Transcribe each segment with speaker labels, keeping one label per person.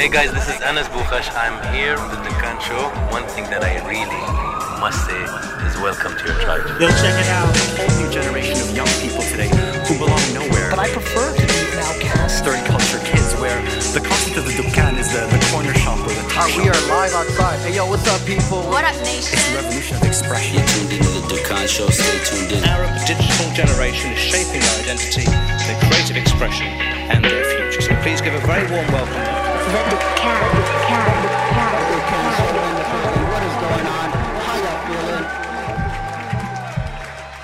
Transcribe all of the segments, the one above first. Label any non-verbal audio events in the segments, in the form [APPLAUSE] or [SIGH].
Speaker 1: Hey guys, this is Anas Bukhash. I'm here with the Khan Show. One thing that I really must say is welcome to your tribe.
Speaker 2: They'll check it out. A whole new generation of young people today who belong nowhere. But I prefer to be now cast third culture kids where the concept of the Dukkan is the, the corner shop or the top
Speaker 3: Alright, Uh, we
Speaker 2: shop.
Speaker 3: are live outside. Hey, yo, what's up, people?
Speaker 4: What up,
Speaker 2: It's the
Speaker 4: nation?
Speaker 2: revolution of expression.
Speaker 5: You're tuned into the Dukan Show. Stay tuned in.
Speaker 6: Arab digital generation is shaping their identity, their creative expression, and their future. So please give a very warm welcome.
Speaker 3: What is going on? How y'all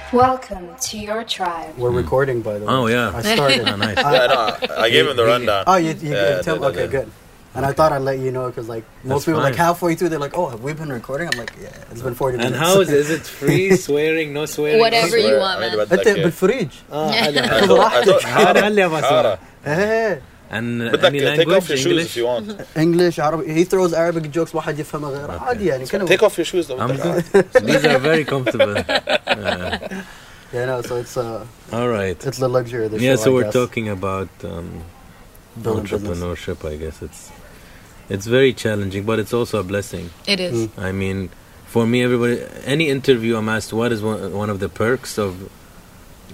Speaker 3: feeling?
Speaker 4: Welcome to your tribe.
Speaker 7: We're recording, by the way.
Speaker 1: Oh, yeah.
Speaker 7: I started.
Speaker 1: [LAUGHS] Oh, nice.
Speaker 7: I-
Speaker 8: I gave him the rundown.
Speaker 7: oh, you, you
Speaker 8: Yeah,
Speaker 7: tell
Speaker 8: yeah,
Speaker 7: Okay,
Speaker 8: yeah.
Speaker 7: good. And I thought I'd let you know because, like, most
Speaker 1: That's
Speaker 7: people, like,
Speaker 1: fine.
Speaker 7: halfway through, they're like, "Oh, have we been recording?" I'm like, "Yeah, it's been 40
Speaker 1: And
Speaker 7: minutes."
Speaker 1: how is it? Is
Speaker 7: [LAUGHS]
Speaker 1: it [LAUGHS] free swearing, no swearing?
Speaker 4: Whatever you want,
Speaker 8: I mean,
Speaker 4: man.
Speaker 8: but
Speaker 7: أنت
Speaker 8: like, uh,
Speaker 7: بالفريج. آه، [LAUGHS] أنا.
Speaker 8: I thought- I thought-
Speaker 1: هذا اللي أبغى أسويه.
Speaker 7: إيه.
Speaker 1: And uh,
Speaker 8: But like,
Speaker 1: any
Speaker 8: uh, take off
Speaker 1: language,
Speaker 8: your shoes if
Speaker 1: English?
Speaker 8: you want.
Speaker 7: Eh. English, Arabic. He throws Arabic jokes واحد يفهمها غير عادي يعني كلمة.
Speaker 8: Take off your shoes. though.
Speaker 1: I'm good. [LAUGHS] These are very comfortable.
Speaker 7: Yeah, no. So it's uh,
Speaker 1: All [LAUGHS] right.
Speaker 7: it's the luxury of the
Speaker 1: Yeah,
Speaker 7: show.
Speaker 1: so
Speaker 7: I
Speaker 1: we're
Speaker 7: guess.
Speaker 1: talking about um,
Speaker 7: Building business.
Speaker 1: entrepreneurship. I guess it's it's very challenging, but it's also a blessing.
Speaker 4: It is.
Speaker 1: I mean, for me, everybody, any interview I'm asked, what is one, one of the perks of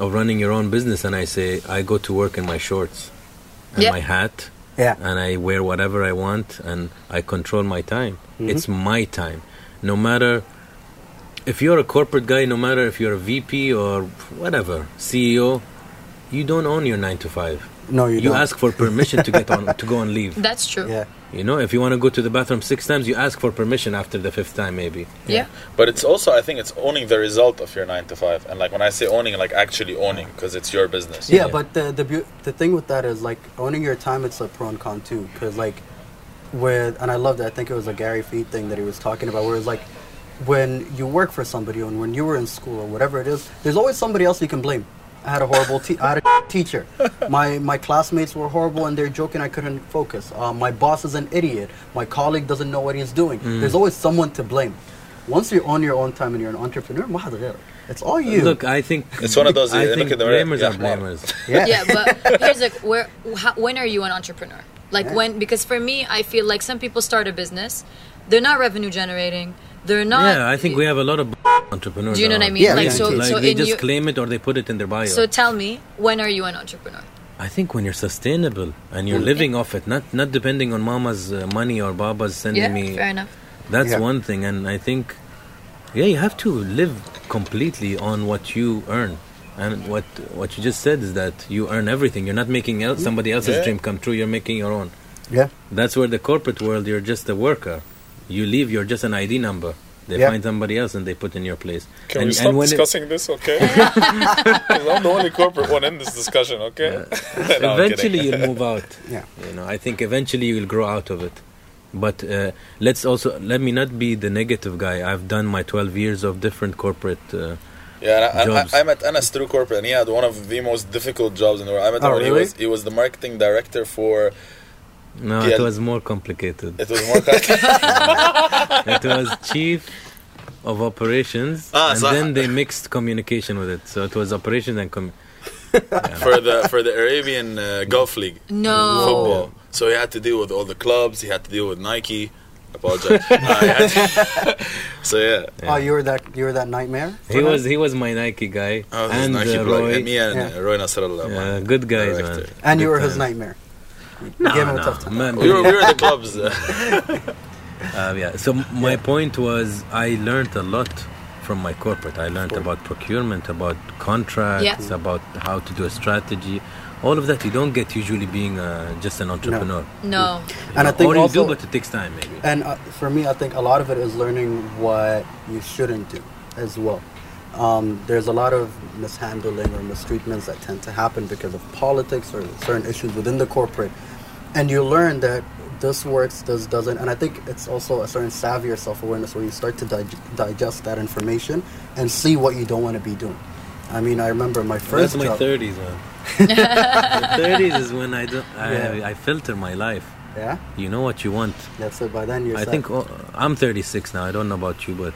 Speaker 1: of running your own business, and I say I go to work in my shorts and
Speaker 4: Yeah.
Speaker 1: my hat,
Speaker 7: Yeah.
Speaker 1: and I wear whatever I want, and I control my time.
Speaker 7: Mm-hmm.
Speaker 1: It's my time, no matter. If you're a corporate guy, no matter if you're a VP or whatever CEO, you don't own your nine to five.
Speaker 7: No, you,
Speaker 1: You
Speaker 7: don't.
Speaker 1: ask for permission to get
Speaker 7: [LAUGHS]
Speaker 1: on to go and leave.
Speaker 4: That's true.
Speaker 7: Mm. Yeah.
Speaker 1: You know, if you want to go to the bathroom six times, you ask for permission after the fifth time, maybe.
Speaker 4: Yeah.
Speaker 8: But it's also, I think, it's owning the result of your nine to five. And like when I say owning, like actually owning, because it's your business.
Speaker 7: Yeah,
Speaker 1: Yeah.
Speaker 7: but the the beau- the thing with that is like owning your time. It's a pro and con too, because like with and I loved it. I think it was a Gary Fee thing that he was talking about, where it's like when you work for somebody and when you were in school or whatever it is, there's always somebody else you can blame. I had a horrible te- I had a [LAUGHS] teacher. My my classmates were horrible and they're joking. I couldn't focus. Uh, my boss is an idiot. My colleague doesn't know what he's doing.
Speaker 1: Mm.
Speaker 7: There's always someone to blame. Once you own your own time and you're an entrepreneur, ما حد غيرك. it's all you.
Speaker 1: Look, I think
Speaker 8: It's one of those,
Speaker 1: I
Speaker 8: uh, look
Speaker 1: think
Speaker 8: at the mirror,
Speaker 1: blamers
Speaker 8: yeah,
Speaker 1: are blamers.
Speaker 7: yeah.
Speaker 4: Yeah, but here's like, where, how, when are you an entrepreneur? Like
Speaker 7: Yeah.
Speaker 4: when? Because for me, I feel like some people start a business, they're not revenue generating, they're not.
Speaker 1: yeah, I think we have a lot of b- entrepreneurs.
Speaker 4: Do you know what I
Speaker 1: around.
Speaker 4: mean?
Speaker 7: Yeah,
Speaker 4: like
Speaker 7: yeah,
Speaker 4: so,
Speaker 7: yeah.
Speaker 1: Like
Speaker 4: so
Speaker 1: they
Speaker 4: in
Speaker 1: just
Speaker 4: you.
Speaker 1: claim it or they put it in their bio.
Speaker 4: so tell me, when are you an entrepreneur?
Speaker 1: I think when you're sustainable and
Speaker 4: Mm.
Speaker 1: you're living off it, not not depending on mama's uh, money or baba's sending
Speaker 4: Yeah,
Speaker 1: me.
Speaker 4: fair enough.
Speaker 1: That's
Speaker 7: Yeah.
Speaker 1: one thing, and I think, yeah, you have to live completely on what you earn, and what what you just said is that you earn everything. You're not making
Speaker 4: Mm.
Speaker 1: el- somebody else's
Speaker 8: Yeah.
Speaker 1: dream come true. You're making your own.
Speaker 7: yeah.
Speaker 1: That's where the corporate world, you're just a worker. You leave, you're just an ID number. They
Speaker 7: Yeah.
Speaker 1: find somebody else and they put in your place.
Speaker 8: Can
Speaker 1: and,
Speaker 8: we stop
Speaker 1: and when it-
Speaker 8: discussing this,
Speaker 1: [LAUGHS]
Speaker 8: okay? 'Cause I'm the only corporate one in this discussion, okay? [LAUGHS] No, I'm
Speaker 1: eventually
Speaker 8: kidding.
Speaker 1: you'll move out.
Speaker 7: [LAUGHS] Yeah.
Speaker 1: You know, I think eventually you'll grow out of it. But uh, let's also let me not be the negative guy. I've done my 12 years of different corporate. Uh,
Speaker 8: Yeah, and I,
Speaker 1: Jobs.
Speaker 8: I, I met Anas through corporate, and he had one of the most difficult jobs in the world. I met
Speaker 7: Oh,
Speaker 8: him when
Speaker 7: really?
Speaker 8: he was he was the marketing director for.
Speaker 1: no, it
Speaker 8: Yeah.
Speaker 1: was more complicated.
Speaker 8: It was more. kind-
Speaker 1: it was chief of operations,
Speaker 8: Ah,
Speaker 1: and
Speaker 8: so-
Speaker 1: then they mixed communication with it. So it was operations and com-
Speaker 8: for the for the Arabian uh, Gulf League.
Speaker 4: Oh. No.
Speaker 8: football. So he had to deal with all the clubs. He had to deal with Nike.
Speaker 4: [LAUGHS]
Speaker 8: Apologize. Uh, he had to- so yeah,
Speaker 7: Oh, you were that you were that nightmare.
Speaker 1: he was he was my Nike guy
Speaker 8: oh, this is
Speaker 1: and
Speaker 8: Nike
Speaker 1: uh,
Speaker 8: plug.
Speaker 1: Roy.
Speaker 8: And me and
Speaker 7: yeah.
Speaker 8: uh, Roy Nasrallah.
Speaker 1: yeah,
Speaker 8: man,
Speaker 1: good guys,
Speaker 8: director.
Speaker 1: man.
Speaker 7: And you
Speaker 1: Good
Speaker 7: were his
Speaker 1: times.
Speaker 7: nightmare. You
Speaker 1: No,
Speaker 7: gave him a
Speaker 1: no,
Speaker 7: tough time.
Speaker 1: man,
Speaker 8: We were, we were the
Speaker 4: [LAUGHS]
Speaker 8: clubs. uh,
Speaker 1: Um, yeah. So my point was, I learned a lot from my corporate. I learned about procurement, about contracts,
Speaker 4: Yeah.
Speaker 1: about how to do a strategy. All of that you don't get usually being uh, just an entrepreneur.
Speaker 4: No.
Speaker 7: And I think
Speaker 1: or you
Speaker 7: also,
Speaker 1: Mm-hmm. do, but it takes time, maybe.
Speaker 7: and uh, for me, I think a lot of it is learning what you shouldn't do as well. Um, there's a lot of mishandling or mistreatments that tend to happen because of politics or certain issues within the corporate, and you learn that this works, this doesn't. And I think it's also a certain savvy or self-awareness where you start to dig- digest that information and see what you don't want to be doing. I mean, I remember my first
Speaker 1: That's my
Speaker 7: job.
Speaker 1: thirties, man. the thirties is when I don't. I,
Speaker 7: Yeah.
Speaker 1: I filter my life.
Speaker 7: Yeah,
Speaker 1: You know what you want.
Speaker 7: that's it. By then, you're
Speaker 1: I
Speaker 7: set.
Speaker 1: think oh, I'm 36 now. I don't know about you, but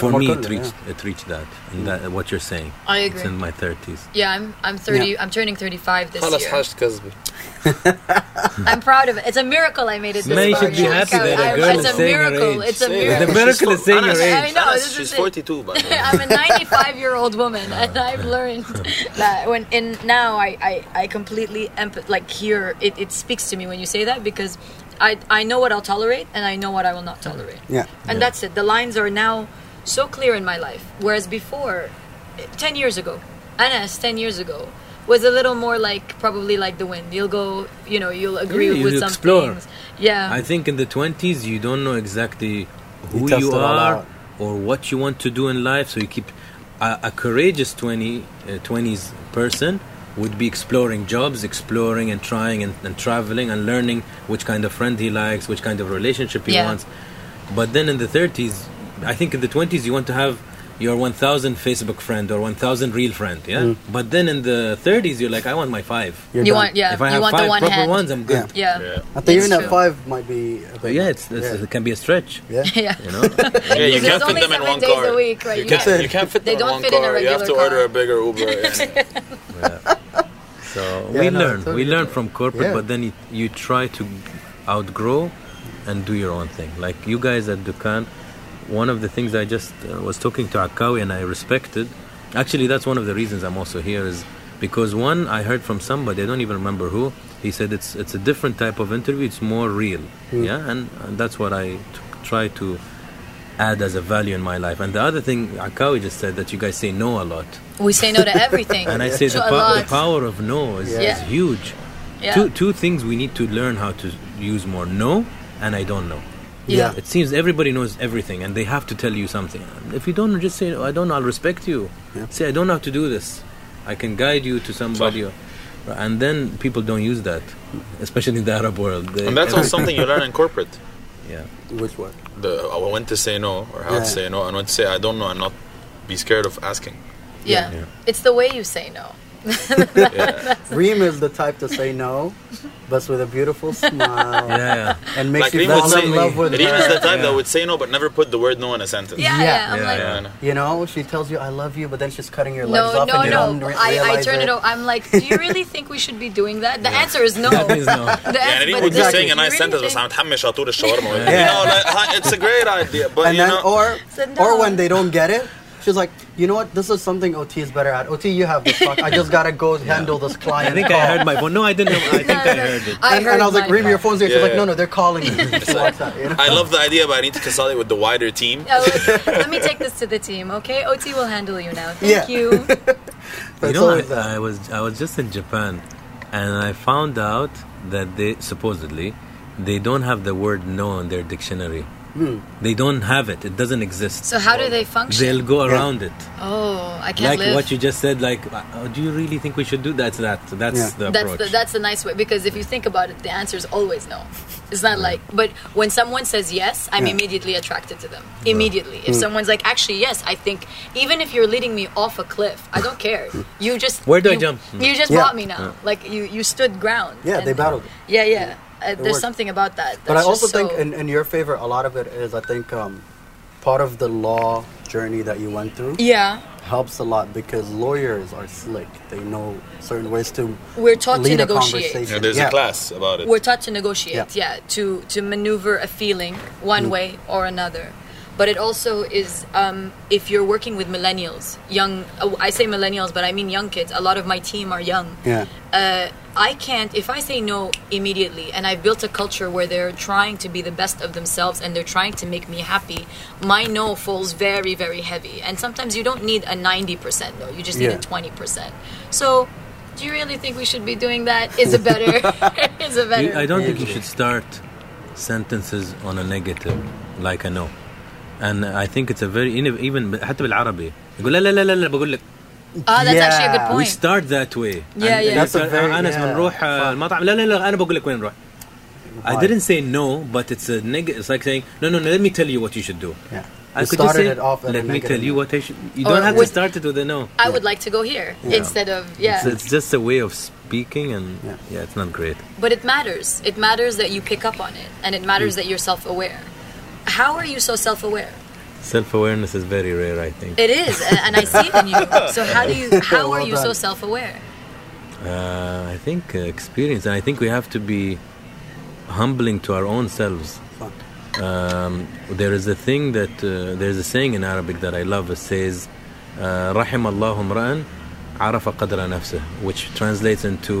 Speaker 1: For
Speaker 7: More
Speaker 1: me, it
Speaker 7: color,
Speaker 1: reached it reached that, and that, what you're saying.
Speaker 4: I
Speaker 1: It's in
Speaker 4: agree.
Speaker 1: my thirties.
Speaker 4: Yeah, I'm I'm 30.
Speaker 7: Yeah.
Speaker 4: I'm turning 35 this
Speaker 9: خلاص
Speaker 4: year.
Speaker 9: حاجة كذبة
Speaker 4: I'm proud of it. It's a miracle I made it this
Speaker 1: Man, you
Speaker 4: far.
Speaker 1: should be happy
Speaker 4: Count.
Speaker 1: that a
Speaker 4: I'm-
Speaker 1: girl
Speaker 4: it's
Speaker 1: is
Speaker 4: a
Speaker 1: saying her
Speaker 4: miracle.
Speaker 1: age.
Speaker 4: It's a
Speaker 9: Say it.
Speaker 4: miracle.
Speaker 1: The miracle is eh? saying your
Speaker 4: I
Speaker 1: age.
Speaker 9: Anas,
Speaker 4: know. Oh, This
Speaker 9: she's
Speaker 4: is it.
Speaker 9: 42 by the way.
Speaker 4: [LAUGHS] I'm a 95 year old woman, and I've learned that when in now I I, I completely empath like hear it, it speaks to me when you say that because I I know what I'll tolerate and I know what I will not tolerate,
Speaker 7: Yeah.
Speaker 4: and that's it. The lines are now so clear in my life, whereas before, eh, ten years ago, Anas, ten years ago. Was a little more like probably like the wind. You'll go, you know, you'll agree
Speaker 1: Yeah, you
Speaker 4: with some
Speaker 1: explore.
Speaker 4: things. Yeah,
Speaker 1: I think in the twenties you don't know exactly who
Speaker 7: test
Speaker 1: you
Speaker 7: it all
Speaker 1: are
Speaker 7: out.
Speaker 1: or what you want to do in life, so you keep a, a courageous 20, uh, 20s person would be exploring jobs, exploring and trying and, and traveling and learning which kind of friend he likes, which kind of relationship he
Speaker 4: Yeah.
Speaker 1: wants. But then in the
Speaker 4: [LAUGHS]
Speaker 1: 30s, I think in the 20s you want to have your 1000 Facebook friend or 1000 real friend, yeah? But then in the 30s you're like I want my 5.
Speaker 7: You're
Speaker 4: you
Speaker 7: done.
Speaker 4: want yeah,
Speaker 1: if I
Speaker 4: you
Speaker 1: have
Speaker 4: want
Speaker 1: five
Speaker 4: the one
Speaker 1: proper
Speaker 4: hand.
Speaker 1: ones, I'm good.
Speaker 4: Yeah,
Speaker 8: [LAUGHS] Yeah.
Speaker 7: I think
Speaker 4: It's
Speaker 7: even
Speaker 4: true.
Speaker 7: at five might be. A
Speaker 1: But
Speaker 7: bit
Speaker 1: yeah, it's, it's,
Speaker 7: Yeah.
Speaker 1: it can be a stretch.
Speaker 7: Yeah.
Speaker 4: [LAUGHS] yeah.
Speaker 1: You know?
Speaker 8: Yeah, you
Speaker 4: There's
Speaker 8: can't fit
Speaker 4: only
Speaker 8: them in
Speaker 4: seven
Speaker 8: one
Speaker 4: days
Speaker 8: car.
Speaker 4: a week, right?
Speaker 8: You
Speaker 4: Yeah.
Speaker 8: can't, fit- you
Speaker 9: Yeah.
Speaker 8: can't fit
Speaker 4: They
Speaker 8: them
Speaker 4: don't
Speaker 8: in one
Speaker 4: fit in a
Speaker 8: car. you have to
Speaker 4: regular
Speaker 8: order
Speaker 4: car.
Speaker 8: a bigger
Speaker 4: [LAUGHS]
Speaker 8: Uber. and-
Speaker 1: So
Speaker 7: Yeah,
Speaker 1: we
Speaker 7: no,
Speaker 1: learn,
Speaker 7: totally
Speaker 1: we learn
Speaker 7: different.
Speaker 1: from corporate,
Speaker 7: Yeah.
Speaker 1: but then you, you try to outgrow and do your own thing. Like you guys at Dukan, one of the things I just uh, was talking to Akawi and I respected. Actually, that's one of the reasons I'm also here is because one I heard from somebody I don't even remember who. He said it's it's a different type of interview. It's more real,
Speaker 7: Hmm.
Speaker 1: yeah, and, and that's what I t- try to add as a value in my life. And the other thing Akawi just said that you guys say no a lot.
Speaker 4: We say no to everything.
Speaker 1: And I say
Speaker 4: [LAUGHS] to
Speaker 1: the,
Speaker 4: a
Speaker 1: po- the
Speaker 4: lot.
Speaker 1: power of no is,
Speaker 4: Yeah.
Speaker 1: is huge.
Speaker 4: Yeah.
Speaker 1: Two, two things we need to learn how to use more no and I don't know.
Speaker 4: yeah.
Speaker 1: It seems everybody knows everything and they have to tell you something. If you don't, just say, I don't know, I'll respect you. Say, I don't know how to do this. I can guide you to somebody. Or, and then people don't use that, especially in the Arab world. They-
Speaker 8: and that's also something you learn in corporate.
Speaker 1: Yeah.
Speaker 7: Which one?
Speaker 8: The uh, when to say no or how
Speaker 7: Yeah.
Speaker 8: to say no and when to say I don't know and not be scared of
Speaker 4: [LAUGHS]
Speaker 8: asking.
Speaker 4: Yeah.
Speaker 1: Yeah.
Speaker 4: It's the way you say no.
Speaker 8: Yeah.
Speaker 7: Reem is the type to say no, but with a
Speaker 4: [LAUGHS]
Speaker 7: beautiful smile
Speaker 1: Yeah, yeah.
Speaker 7: and makes
Speaker 8: like
Speaker 7: you
Speaker 8: Reem would
Speaker 7: fall
Speaker 8: say,
Speaker 7: in love with
Speaker 8: Reem is
Speaker 7: her.
Speaker 8: the type that would say no but never put the word no in a sentence.
Speaker 4: Yeah, yeah.
Speaker 7: Yeah.
Speaker 4: I'm
Speaker 1: Yeah,
Speaker 4: like,
Speaker 1: yeah.
Speaker 8: And
Speaker 7: You know, she tells you I love you, but then she's cutting your legs
Speaker 4: no,
Speaker 7: off and you
Speaker 4: no,
Speaker 7: don't
Speaker 4: no.
Speaker 7: re-
Speaker 4: I, I
Speaker 7: realize
Speaker 4: turn it
Speaker 7: it.
Speaker 4: over. I'm like, do you really think we should be doing that?
Speaker 1: [LAUGHS]
Speaker 4: The answer is no.
Speaker 1: That means no.
Speaker 4: [LAUGHS] The
Speaker 8: يعني
Speaker 4: answer,
Speaker 8: ريم
Speaker 4: but
Speaker 8: would be
Speaker 4: this-
Speaker 8: saying a
Speaker 4: you
Speaker 8: nice
Speaker 4: really
Speaker 8: sentence بس
Speaker 4: think-
Speaker 8: عم تحمش على طول الشاورما. You
Speaker 7: Yeah.
Speaker 8: know, like, hi, it's a great idea but
Speaker 7: and
Speaker 8: you
Speaker 7: then
Speaker 8: know
Speaker 7: or
Speaker 4: So no.
Speaker 7: or when they don't get it she's like you know what this is something ot is better at ot you have this talk i just gotta go handle this client
Speaker 1: I think I heard my phone. No, I didn't. I think I heard it.
Speaker 4: I
Speaker 7: and,
Speaker 4: heard
Speaker 7: and i was like
Speaker 4: mine.
Speaker 7: read your [LAUGHS] phone's there she's
Speaker 8: Yeah.
Speaker 7: like no no they're calling me [LAUGHS] She walks out, you know?
Speaker 8: I love the idea but I need to consolidate with the wider team.
Speaker 4: I was like, Oh, Let me take this to the team, okay? OT will handle you now. Thank
Speaker 7: Yeah.
Speaker 4: you.
Speaker 1: [LAUGHS]
Speaker 7: But
Speaker 1: you
Speaker 7: it's
Speaker 1: know,
Speaker 7: always that.
Speaker 1: I, I was I was just in Japan, and I found out that they supposedly they don't have the word no in their dictionary.
Speaker 8: Hmm.
Speaker 1: They don't have it. It doesn't exist.
Speaker 4: So how do they function?
Speaker 1: [LAUGHS] They'll go around it,
Speaker 4: oh, I can't
Speaker 1: like
Speaker 4: live.
Speaker 1: what you just said. Like, uh, do you really think we should do that? That that's
Speaker 7: Yeah.
Speaker 1: the
Speaker 4: that's
Speaker 1: approach.
Speaker 4: the, that's the nice way because if you think about it, the answer is always no. It's not like, but when someone says yes, I'm
Speaker 7: Yeah.
Speaker 4: immediately attracted to them. Immediately,
Speaker 1: Mm.
Speaker 4: if someone's like, actually, yes, I think even if you're leading me off a cliff, I don't care. You just
Speaker 1: Where do I
Speaker 4: you-
Speaker 1: jump?
Speaker 4: You just
Speaker 7: Yeah.
Speaker 4: bought me now. Like you, you stood ground.
Speaker 7: yeah they
Speaker 4: And-
Speaker 7: battled
Speaker 4: Yeah, yeah. Uh, there's
Speaker 7: worked.
Speaker 4: something about that. That's
Speaker 7: but i also
Speaker 4: just so-
Speaker 7: think in, in your favor a lot of it is i think um, part of the law journey that you went through
Speaker 4: yeah,
Speaker 7: helps a lot because lawyers are slick they know certain ways to
Speaker 4: we're taught to
Speaker 7: lead a
Speaker 4: negotiate.
Speaker 7: conversation
Speaker 8: Yeah, there's
Speaker 7: Yeah.
Speaker 8: a class about it.
Speaker 4: We're taught to negotiate. Yeah,
Speaker 7: Yeah. Mm.
Speaker 4: to to maneuver a feeling one way or another. But it also is um, if you're working with millennials, young. oh, I say millennials, but I mean young kids. A lot of my team are young.
Speaker 7: yeah
Speaker 4: Uh, I can't if I say no immediately, and I've built a culture where they're trying to be the best of themselves and they're trying to make me happy. My no falls very, very heavy, and sometimes you don't need a ninety percent no. You just need a
Speaker 7: Yeah.
Speaker 4: twenty percent. So, do you really think we should be doing that?
Speaker 7: [LAUGHS]
Speaker 4: Is it better? [LAUGHS] is it better?
Speaker 1: You- I don't think you should start sentences on a negative, like I know. And I think it's a very even حتى بالعربي يقول لا لا لا لا لا بقول لك
Speaker 4: Ah, that's actually a good
Speaker 7: Yeah.
Speaker 1: We
Speaker 4: point.
Speaker 1: start that way.
Speaker 4: Yeah, yeah.
Speaker 7: That's a
Speaker 1: you-
Speaker 7: very-
Speaker 1: أنس
Speaker 7: yeah.
Speaker 1: بنروح آه، المطعم لا لا لا أنا بقول لك وين نروح. I
Speaker 7: Why?
Speaker 1: didn't say no, but it's a neg- It's like saying no, no, no. Let me tell you what you should do.
Speaker 7: yeah
Speaker 1: I
Speaker 7: You
Speaker 1: could just
Speaker 7: started
Speaker 1: say,
Speaker 7: it off at a
Speaker 1: let me
Speaker 7: negative
Speaker 1: tell you
Speaker 7: note.
Speaker 1: what I should. You
Speaker 4: Or
Speaker 1: don't have to
Speaker 4: would-
Speaker 1: start it with a no.
Speaker 4: I would like to go here instead of yeah.
Speaker 1: It's, it's just a way of speaking, and yeah,
Speaker 7: Yeah.
Speaker 1: it's not great.
Speaker 4: But it matters. It matters that you pick up on it, and it matters that you're self aware. How are you so self aware?
Speaker 1: Self awareness is very rare, I think.
Speaker 4: It is, and and I see it in
Speaker 8: [LAUGHS]
Speaker 4: you. So how do you? How
Speaker 7: Well
Speaker 4: are you so
Speaker 7: done.
Speaker 4: self-aware?
Speaker 1: Uh, I think uh, experience, and I think we have to be humbling to our own selves.
Speaker 7: Fuck.
Speaker 1: Um, there is a thing that uh, there is a saying in Arabic that I love. It says, uh, "Rahim Allahu mra'an arafa qadra nafsah," which translates into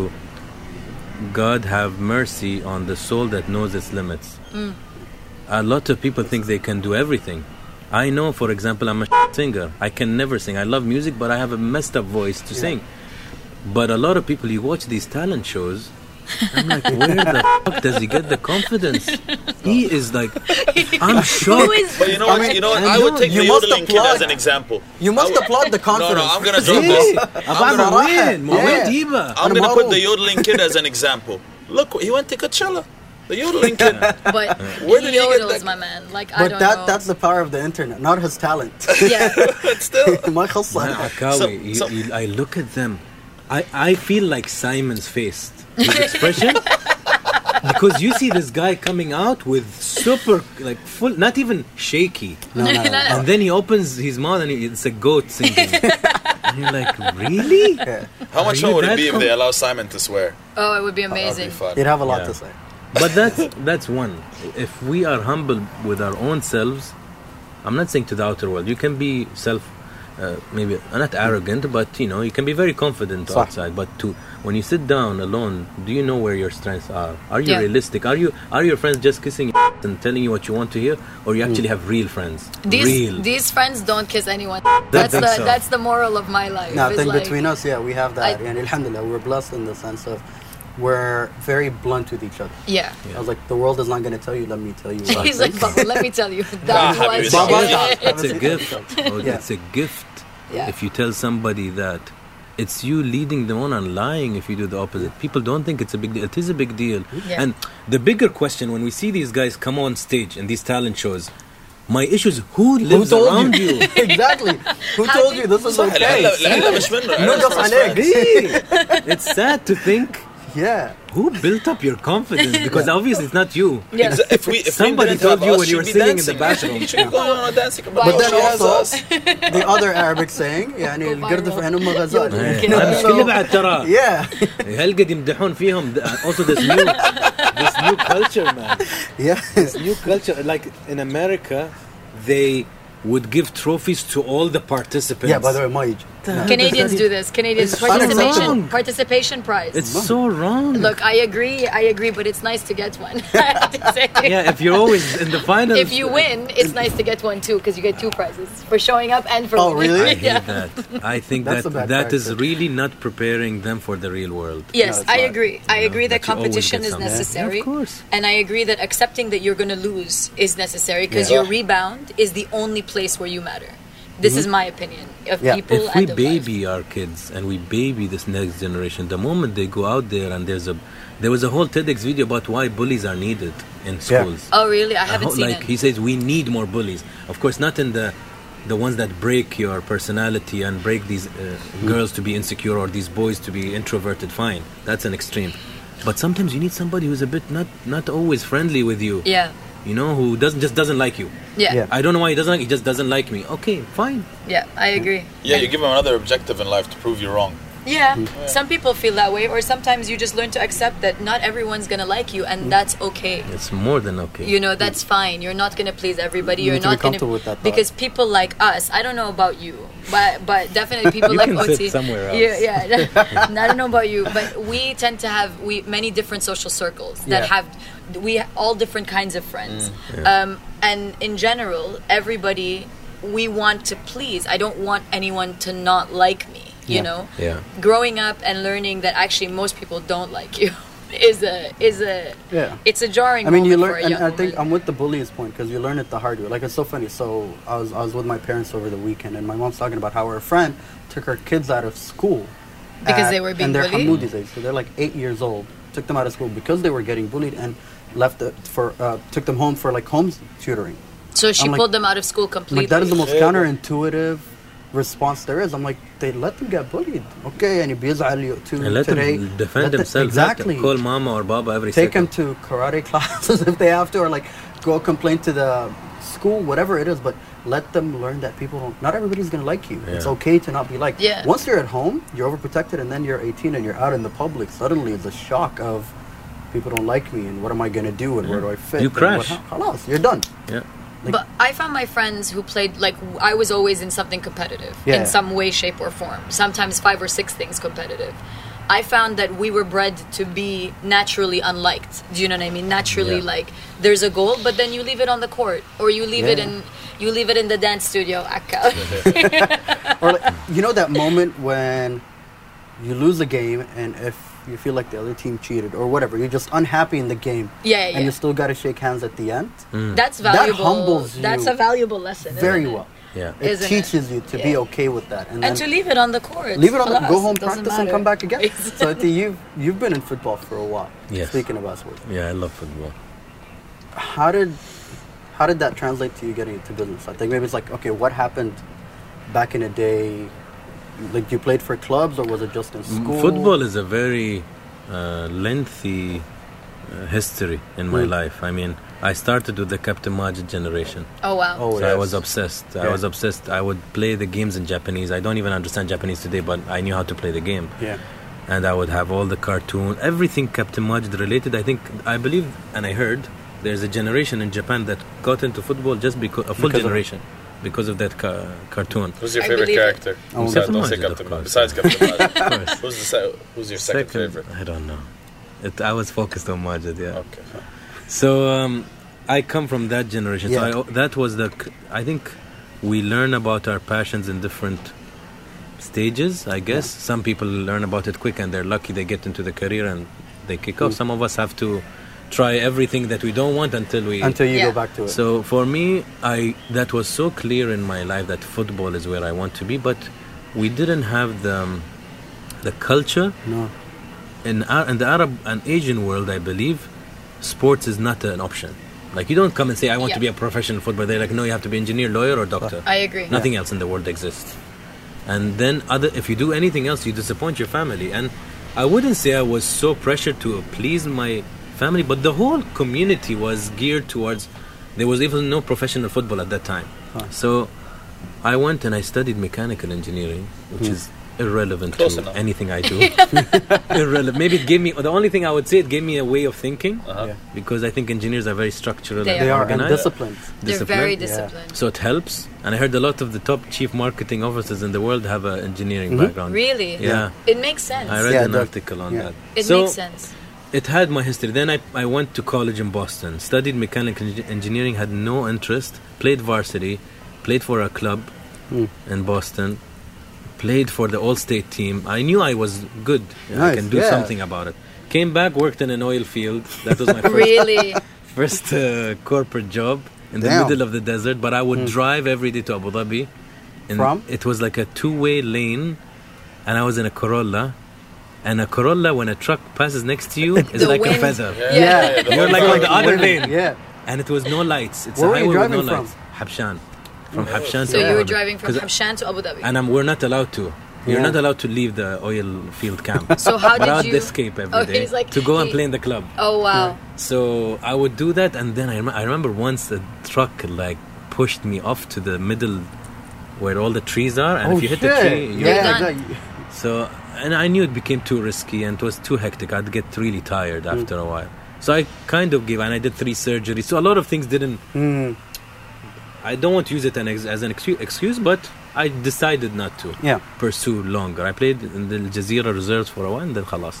Speaker 1: God have mercy on the soul that knows its limits. A lot of people think they can do everything. I know, for example, I'm a [LAUGHS] singer. I can never sing. I love music, but I have a messed up voice to sing. But a lot of people, you watch these talent shows. I'm like, where the fuck does he get the confidence? He is like,
Speaker 4: [LAUGHS]
Speaker 1: I'm
Speaker 4: Who
Speaker 1: shocked.
Speaker 4: is?
Speaker 8: But you know what?
Speaker 7: I mean,
Speaker 8: you know what?
Speaker 1: I
Speaker 8: I would
Speaker 1: know,
Speaker 8: take
Speaker 7: you
Speaker 8: the
Speaker 7: must
Speaker 8: yodeling kid
Speaker 7: applaud.
Speaker 8: as an example.
Speaker 7: You must
Speaker 8: I would-
Speaker 7: applaud the
Speaker 8: Oh, [LAUGHS] No,
Speaker 7: confidence.
Speaker 8: no, I'm gonna drop
Speaker 1: Hey,
Speaker 8: this.
Speaker 1: أبا
Speaker 7: gonna rock
Speaker 1: موين،
Speaker 7: it.
Speaker 1: موين
Speaker 7: Yeah.
Speaker 1: ديبا.
Speaker 8: I'm
Speaker 7: And
Speaker 8: gonna
Speaker 7: model.
Speaker 8: put the yodeling kid as an example. Look, he went to Coachella. The yodeling
Speaker 7: [LAUGHS]
Speaker 8: kid.
Speaker 4: But
Speaker 8: Where
Speaker 4: he
Speaker 8: did you get
Speaker 4: yodels,
Speaker 8: that-
Speaker 4: my man. Like I
Speaker 7: But
Speaker 4: don't
Speaker 7: that
Speaker 4: know.
Speaker 7: that's the power of the internet, not his talent. [LAUGHS]
Speaker 4: yeah.
Speaker 8: but still.
Speaker 7: My khassa.
Speaker 1: Man, Akawi,
Speaker 8: Some-
Speaker 1: you-
Speaker 8: some-
Speaker 1: you- I look at them. I, I feel like Simon's face, his expression. because you see this guy coming out with super, like, full, not even shaky.
Speaker 7: No, no, no.
Speaker 4: [LAUGHS]
Speaker 1: And then he opens his mouth and it's a goat singing. and you're like, really?
Speaker 8: How much
Speaker 1: Are
Speaker 8: fun
Speaker 1: you
Speaker 8: would it
Speaker 1: that
Speaker 8: be if
Speaker 1: com-
Speaker 8: they allow Simon to swear?
Speaker 4: Oh, it would be
Speaker 8: That would
Speaker 4: amazing.
Speaker 8: be fun.
Speaker 7: You'd have a lot
Speaker 1: Yeah.
Speaker 7: to say.
Speaker 1: But that's that's one. If we are humble with our own selves, I'm not saying to the outer world. You can be self, uh, maybe not arrogant, but you know you can be very confident
Speaker 7: Sure.
Speaker 1: outside. But to when you sit down alone, do you know where your strengths are? Are you
Speaker 4: Yeah.
Speaker 1: realistic? Are you are your friends just kissing your and telling you what you want to hear, or you
Speaker 7: Mm.
Speaker 1: actually have real friends?
Speaker 4: These
Speaker 1: real.
Speaker 4: these friends don't kiss anyone.
Speaker 1: Don't
Speaker 4: That's
Speaker 1: think
Speaker 4: the
Speaker 1: so.
Speaker 4: that's the moral of my life.
Speaker 7: No, I
Speaker 4: It's
Speaker 7: think
Speaker 4: like-
Speaker 7: between us, yeah, we have that.
Speaker 4: I-
Speaker 7: and alhamdulillah, we're blessed in the sense of we're very blunt with each other.
Speaker 4: Yeah.
Speaker 7: I was like, the world is not going to tell you, let me tell you.
Speaker 4: [LAUGHS] He's like, but let me tell you,
Speaker 8: Ah,
Speaker 4: that
Speaker 8: happy
Speaker 4: was
Speaker 8: with
Speaker 4: [LAUGHS]
Speaker 7: Baba
Speaker 8: Baba
Speaker 4: shit.
Speaker 7: Tha.
Speaker 1: it's a gift. Or
Speaker 7: Yeah.
Speaker 1: It's a gift.
Speaker 4: Yeah.
Speaker 1: If you tell somebody that, it's you leading them on and lying. If you do the opposite, people don't think it's a big deal. It is a big deal.
Speaker 4: Yeah.
Speaker 1: And the bigger question when we see these guys come on stage and these talent shows, my issue is who lives
Speaker 7: told
Speaker 1: around
Speaker 7: you? [LAUGHS]
Speaker 1: you.
Speaker 7: exactly. Who
Speaker 4: How
Speaker 7: told
Speaker 4: do
Speaker 7: you this is
Speaker 8: العلة-
Speaker 7: okay?
Speaker 8: العلة مش منه، العلة
Speaker 7: No,
Speaker 8: مش
Speaker 7: just
Speaker 8: من
Speaker 7: عليك.
Speaker 8: friends.
Speaker 1: Hey, it's sad to think
Speaker 7: [LAUGHS] Yeah.
Speaker 1: who built up your confidence because obviously it's not you.
Speaker 4: Yeah.
Speaker 8: Exa- If we, if we
Speaker 1: Somebody
Speaker 8: didn't
Speaker 1: told
Speaker 8: have
Speaker 1: you
Speaker 8: us,
Speaker 1: when you were
Speaker 8: she'd be
Speaker 1: sitting in the
Speaker 8: dancing. [LAUGHS]
Speaker 1: bathroom.
Speaker 8: She'd be going on dancing. But,
Speaker 4: But
Speaker 8: she
Speaker 7: then
Speaker 8: has
Speaker 7: also-
Speaker 8: us.
Speaker 7: The other Arabic saying, يعني
Speaker 4: Go
Speaker 7: القرد في
Speaker 4: viral.
Speaker 7: عينهم غزال. [LAUGHS]
Speaker 1: Hey,
Speaker 4: Yeah. Okay.
Speaker 1: أنا مش كل بعد ترى.
Speaker 7: Yeah. [LAUGHS]
Speaker 1: هالقد يمدحون فيهم also this new this new culture man
Speaker 7: Yeah.
Speaker 1: this new culture like in America they would give trophies to all the participants
Speaker 7: Yeah, by the way, Maij.
Speaker 4: Canadians do this. Canadians
Speaker 7: It's
Speaker 1: wrong.
Speaker 4: participation participation prize.
Speaker 1: it's so wrong
Speaker 4: Look, I agree, I agree, but it's nice to get one. [LAUGHS] I have to say.
Speaker 1: yeah if you're always in the finals
Speaker 4: If you win, it's nice to get one too because you get two prizes for showing up and for
Speaker 7: Oh,
Speaker 4: winning.
Speaker 7: really?
Speaker 1: I hate
Speaker 4: [LAUGHS] yeah.
Speaker 1: that I think
Speaker 7: That's a
Speaker 1: that
Speaker 7: bad
Speaker 1: that is
Speaker 7: character.
Speaker 1: really not preparing them for the real world
Speaker 4: Yes,
Speaker 7: No,
Speaker 4: I
Speaker 7: it's not.
Speaker 4: agree. I agree
Speaker 1: that
Speaker 4: that
Speaker 1: you always
Speaker 4: competition
Speaker 1: get
Speaker 4: is
Speaker 1: something. Yeah, of
Speaker 4: necessary.
Speaker 1: course.
Speaker 4: And I agree that accepting that you're going to lose is necessary because
Speaker 7: Yeah.
Speaker 4: your rebound is the only place where you matter. This is my opinion of
Speaker 7: Mm-hmm. Yeah.
Speaker 4: [LAUGHS] people
Speaker 1: if we
Speaker 4: and of life.
Speaker 1: baby our kids and we baby this next generation the moment they go out there and there's a there was a whole TEDx video about why bullies are needed in
Speaker 7: Yeah.
Speaker 1: schools
Speaker 4: Oh, really? I
Speaker 1: I [LAUGHS]
Speaker 4: haven't
Speaker 1: hope-
Speaker 4: seen
Speaker 1: like
Speaker 4: it.
Speaker 1: he says we need more bullies of course not in the the ones that break your personality and break these uh, girls to be insecure or these boys to be introverted fine that's an extreme but sometimes you need somebody who's a bit not not always friendly with you
Speaker 4: Yeah.
Speaker 1: you know who doesn't just doesn't like you
Speaker 4: Yeah.
Speaker 7: Yeah.
Speaker 4: Yeah.
Speaker 1: i don't know why he doesn't like he just doesn't like me okay fine
Speaker 4: I agree.
Speaker 8: Yeah, you give him another objective in life to prove you wrong.
Speaker 4: Yeah. Some people feel that way or sometimes you just learn to accept that not everyone's going to like you and that's okay.
Speaker 1: it's more than okay
Speaker 4: You know, that's fine. You're not gonna please everybody.
Speaker 7: You
Speaker 4: You're
Speaker 7: need to be
Speaker 4: not gonna
Speaker 7: comfortable with that thought.
Speaker 4: because people like us. I don't know about you, but but
Speaker 7: [LAUGHS]
Speaker 4: definitely people
Speaker 1: You
Speaker 4: like
Speaker 1: can
Speaker 4: OT.
Speaker 1: sit somewhere else.
Speaker 4: Yeah, yeah. [LAUGHS] I don't know about you, but we tend to have we many different social circles that
Speaker 7: Yeah. Mm,
Speaker 4: have we ha- all different kinds of friends, um, and in general, everybody we want to please. I don't want anyone to not like me. You
Speaker 7: Yeah.
Speaker 4: know,
Speaker 1: Yeah.
Speaker 4: Growing up and learning that actually most people don't like you. [LAUGHS] Is a is a
Speaker 7: Yeah.
Speaker 4: It's a jarring.
Speaker 7: I mean, you
Speaker 4: moment for
Speaker 7: learn,
Speaker 4: a
Speaker 7: and
Speaker 4: young
Speaker 7: I think
Speaker 4: woman.
Speaker 7: I'm with the bullies point because you learn it the hard way. Like it's so funny. So I was I was with my parents over the weekend, and my mom's talking about how her friend took her kids out of school
Speaker 4: Because they were being
Speaker 7: and they're
Speaker 4: bullied?
Speaker 7: Hamoudis age, so they're like eight years old. Took them out of school because they were getting bullied and left it for uh, took them home for like home tutoring.
Speaker 4: So she
Speaker 7: I'm like-
Speaker 4: pulled them out of school
Speaker 7: I'm
Speaker 4: completely.
Speaker 7: like that is the most counterintuitive response there is. I'm like they let them get bullied, okay? And he بيزعل you to
Speaker 1: and let
Speaker 7: today.
Speaker 1: them
Speaker 7: let
Speaker 1: defend
Speaker 7: them-
Speaker 1: themselves Let them
Speaker 7: Exactly.
Speaker 1: call mama or baba every
Speaker 7: take
Speaker 1: second
Speaker 7: them to [LAUGHS] karate classes if they have to or like go complain to the school whatever it is but let them learn that people don't. Not everybody's gonna like you. It's
Speaker 1: Yeah.
Speaker 7: okay to not be liked.
Speaker 4: Yeah.
Speaker 7: Once you're at home, you're overprotected, and then you're 18 and you're out in the public. Suddenly, it's a shock of people don't like me, and what am I gonna do, and where do I fit?
Speaker 1: You
Speaker 7: and what
Speaker 1: crash.
Speaker 7: hap- Halas, you're done.
Speaker 1: Yeah.
Speaker 7: Like-
Speaker 4: but I found my friends who played like w- I was always in something competitive
Speaker 7: Yeah.
Speaker 4: in some way, shape, or form. Sometimes five or six things competitive. I found that we were bred to be naturally unliked. Do you know what I mean? Naturally,
Speaker 1: Yeah.
Speaker 4: like there's a goal, but then you leave it on the court, or you leave it
Speaker 7: Yeah.
Speaker 4: in you leave it in the dance studio.
Speaker 7: [LAUGHS]
Speaker 4: Akka. [LAUGHS]
Speaker 7: or like, [LAUGHS] you know that moment when you lose the game and if you feel like the other team cheated or whatever you're just unhappy in the game
Speaker 4: Yeah,
Speaker 7: and
Speaker 4: yeah.
Speaker 7: you still got to shake hands at the end
Speaker 1: Mm.
Speaker 4: That's
Speaker 7: That
Speaker 4: valuable.
Speaker 7: humbles you
Speaker 4: That's a valuable lesson.
Speaker 7: very
Speaker 4: isn't it?
Speaker 7: well
Speaker 1: Yeah.
Speaker 7: it
Speaker 4: Isn't it?
Speaker 7: teaches you to be
Speaker 4: Yeah.
Speaker 7: okay with that and,
Speaker 4: And to
Speaker 7: then
Speaker 4: leave it on the court.
Speaker 7: leave it on the,
Speaker 4: Alas,
Speaker 7: go home
Speaker 4: it doesn't
Speaker 7: practice and come back
Speaker 4: matter. [LAUGHS]
Speaker 7: again so I think you've you've been in football for a while
Speaker 1: Yes.
Speaker 7: speaking of us Will,
Speaker 1: Yeah, I love football.
Speaker 7: how did how did that translate to you getting into business i think maybe it's like okay what happened back in the day like you played for clubs or was it just in school
Speaker 1: Mm, Football is a very uh, lengthy uh, history in my
Speaker 7: Mm.
Speaker 1: life. I mean, I started with the Captain Majid generation.
Speaker 4: Oh wow.
Speaker 7: Oh,
Speaker 1: so I
Speaker 7: yes.
Speaker 1: was obsessed. I
Speaker 7: Yeah.
Speaker 1: was obsessed. I would play the games in Japanese. I don't even understand Japanese today, but I knew how to play the game.
Speaker 7: yeah
Speaker 1: And I would have all the cartoon, everything Captain Majid related. I think, I believe, and I heard, there's a generation in Japan that got into football just because a full
Speaker 7: Because of-
Speaker 1: generation because of that ca- cartoon.
Speaker 8: Who's your
Speaker 4: I
Speaker 8: favorite
Speaker 4: believe it.
Speaker 8: character?
Speaker 7: Oh,
Speaker 8: Besides-
Speaker 1: Captain
Speaker 8: don't say
Speaker 1: Majid,
Speaker 8: Captain
Speaker 1: of
Speaker 8: Majid.
Speaker 1: course.
Speaker 8: Besides
Speaker 1: [LAUGHS]
Speaker 8: Captain Majid.
Speaker 1: Of course.
Speaker 8: Who's the se- who's your second, favorite?
Speaker 1: I don't know. It, I was focused on Majid. [LAUGHS] Yeah.
Speaker 8: Okay.
Speaker 1: So um, I come from that generation.
Speaker 7: Yeah.
Speaker 1: So I, that was the. c- I think we learn about our passions in different stages. I guess some people learn about it quick, and they're lucky they get into the career and they kick
Speaker 7: Mm.
Speaker 1: off. Some of us have to try everything that we don't want until we.
Speaker 7: until you
Speaker 4: Yeah.
Speaker 7: go back to it.
Speaker 1: so for me, I that was so clear in my life that football is where I want to be, but we didn't have the um, the culture
Speaker 7: no,
Speaker 1: in, Ar- in the Arab and Asian world, I believe, sports is not an option. Like you don't come and say, "I want to be
Speaker 4: Yeah.
Speaker 1: a professional footballer." They're like, "No, you have to be engineer, lawyer, or doctor."
Speaker 4: I agree.
Speaker 1: Nothing else in the world exists. And then other, if you do anything else, you disappoint your family. And I wouldn't say I was so pressured to please my family, but the whole community was geared towards. There was even no professional football at that time. So I went and I studied mechanical engineering, which
Speaker 7: Hmm.
Speaker 1: is irrelevant
Speaker 8: Close
Speaker 1: to
Speaker 8: enough.
Speaker 1: anything
Speaker 8: [LAUGHS]
Speaker 1: I do. [LAUGHS] irrelevant. Maybe it gave me the only thing I would say it gave me a way of thinking
Speaker 8: Uh-huh.
Speaker 7: Yeah.
Speaker 1: because I think engineers are very structural.
Speaker 4: They
Speaker 1: and
Speaker 7: they are and
Speaker 1: organized.
Speaker 7: disciplined.
Speaker 4: They're very
Speaker 1: Disciplined.
Speaker 4: disciplined.
Speaker 1: So it helps, and I heard a lot of the top chief marketing officers in the world have an engineering background.
Speaker 4: Really?
Speaker 1: um, Yeah.
Speaker 4: It makes sense.
Speaker 1: I read
Speaker 7: Mm-hmm. Yeah,
Speaker 1: an
Speaker 7: that-
Speaker 1: article on
Speaker 7: yeah.
Speaker 1: that.
Speaker 4: It
Speaker 1: so
Speaker 4: makes sense.
Speaker 1: it had my history. Then I, I went to college in Boston, studied mechanical eng- engineering, had no interest, played varsity, played for a club
Speaker 7: Hmm.
Speaker 1: in Boston, played for the All-State team. I knew I was good. I
Speaker 7: Nice,
Speaker 1: can do
Speaker 7: yeah.
Speaker 1: something about it. Came back, worked in an oil field. That was my first
Speaker 4: [LAUGHS] Really?
Speaker 1: first uh, corporate job in the
Speaker 7: Damn. Hmm.
Speaker 1: middle of the desert, but I would drive every day to Abu Dhabi. And
Speaker 7: From?
Speaker 1: It was like a two-way lane, and I was in a Corolla. And a Corolla, when a truck passes next
Speaker 4: [LAUGHS]
Speaker 1: to you, [LAUGHS] is
Speaker 4: The
Speaker 1: like a
Speaker 4: wind.
Speaker 1: feather.
Speaker 8: Yeah.
Speaker 4: [LAUGHS] Yeah.
Speaker 8: the
Speaker 1: You're
Speaker 8: whole
Speaker 1: like on
Speaker 8: world.
Speaker 1: the other
Speaker 7: Winning,
Speaker 1: lane.
Speaker 7: Yeah,
Speaker 1: And it was no lights. It's
Speaker 7: Where
Speaker 1: a
Speaker 7: were you
Speaker 1: highway with no
Speaker 7: driving from?
Speaker 1: lights. Habshan. From Habshan
Speaker 4: [LAUGHS] Oh. so
Speaker 1: to
Speaker 4: you
Speaker 1: Abu
Speaker 4: were
Speaker 1: Dhabi.
Speaker 4: driving from
Speaker 1: 'Cause-
Speaker 4: Habshan to Abu Dhabi.
Speaker 1: And I'm, we're not allowed to. You're
Speaker 7: Yeah.
Speaker 1: not allowed to leave the oil field camp.
Speaker 4: So how
Speaker 1: but
Speaker 4: did
Speaker 1: I would
Speaker 4: you-
Speaker 1: escape every
Speaker 4: Oh,
Speaker 1: day
Speaker 4: he's like-
Speaker 1: to go and
Speaker 4: he-
Speaker 1: play in the club.
Speaker 4: oh wow.
Speaker 1: So I would do that, and then I, rem- I remember once a truck like pushed me off to the middle where all the trees are, and if you hit the tree,
Speaker 7: Oh,
Speaker 1: you're
Speaker 7: yeah,
Speaker 4: You're
Speaker 7: yeah,
Speaker 4: done.
Speaker 7: yeah.
Speaker 1: So and I knew it became too risky and it was too hectic. I'd get really tired after a while. So I kind of gave, and I did three surgeries. So a lot of things didn't. I don't want to use it an ex- as an excu- excuse, but I decided not to
Speaker 7: Yeah.
Speaker 1: pursue longer. I played in the Al Jazeera reserves for a while, and then khalas.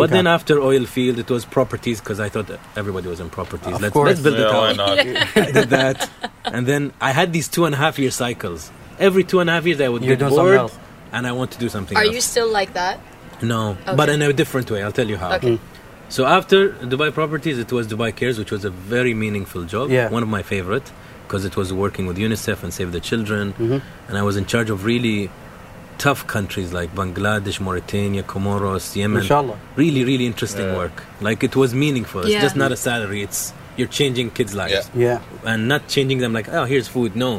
Speaker 1: But
Speaker 7: Okay.
Speaker 1: then after oil field, it was properties because I thought everybody was in properties.
Speaker 7: Of
Speaker 1: let's,
Speaker 7: course.
Speaker 1: let's build
Speaker 8: Yeah,
Speaker 1: it
Speaker 8: why
Speaker 1: out.
Speaker 8: [LAUGHS] not?
Speaker 1: [LAUGHS] I did that, and then I had these two and a half year cycles. Every two and a half years, I would
Speaker 7: You're
Speaker 1: get
Speaker 7: doing something
Speaker 1: bored,
Speaker 7: else.
Speaker 1: and I want to do something.
Speaker 4: Are
Speaker 1: else.
Speaker 4: you still like that?
Speaker 1: No,
Speaker 4: Okay.
Speaker 1: but in a different way. I'll tell you how. Mm.
Speaker 4: Okay.
Speaker 1: So after Dubai Properties, it was Dubai Cares, which was a very meaningful job.
Speaker 7: Yeah.
Speaker 1: One of my favorite because it was working with UNICEF and Save the Children,
Speaker 7: Mm-hmm.
Speaker 1: and I was in charge of really tough countries like Bangladesh, Mauritania, Comoros, Yemen.
Speaker 7: Inshallah.
Speaker 1: Really, really interesting
Speaker 8: Yeah.
Speaker 1: work. Like it was meaningful. It's
Speaker 4: Yeah.
Speaker 1: just not a salary. It's you're changing kids' lives
Speaker 8: Yeah.
Speaker 7: yeah.
Speaker 1: and not changing them like oh here's food. No,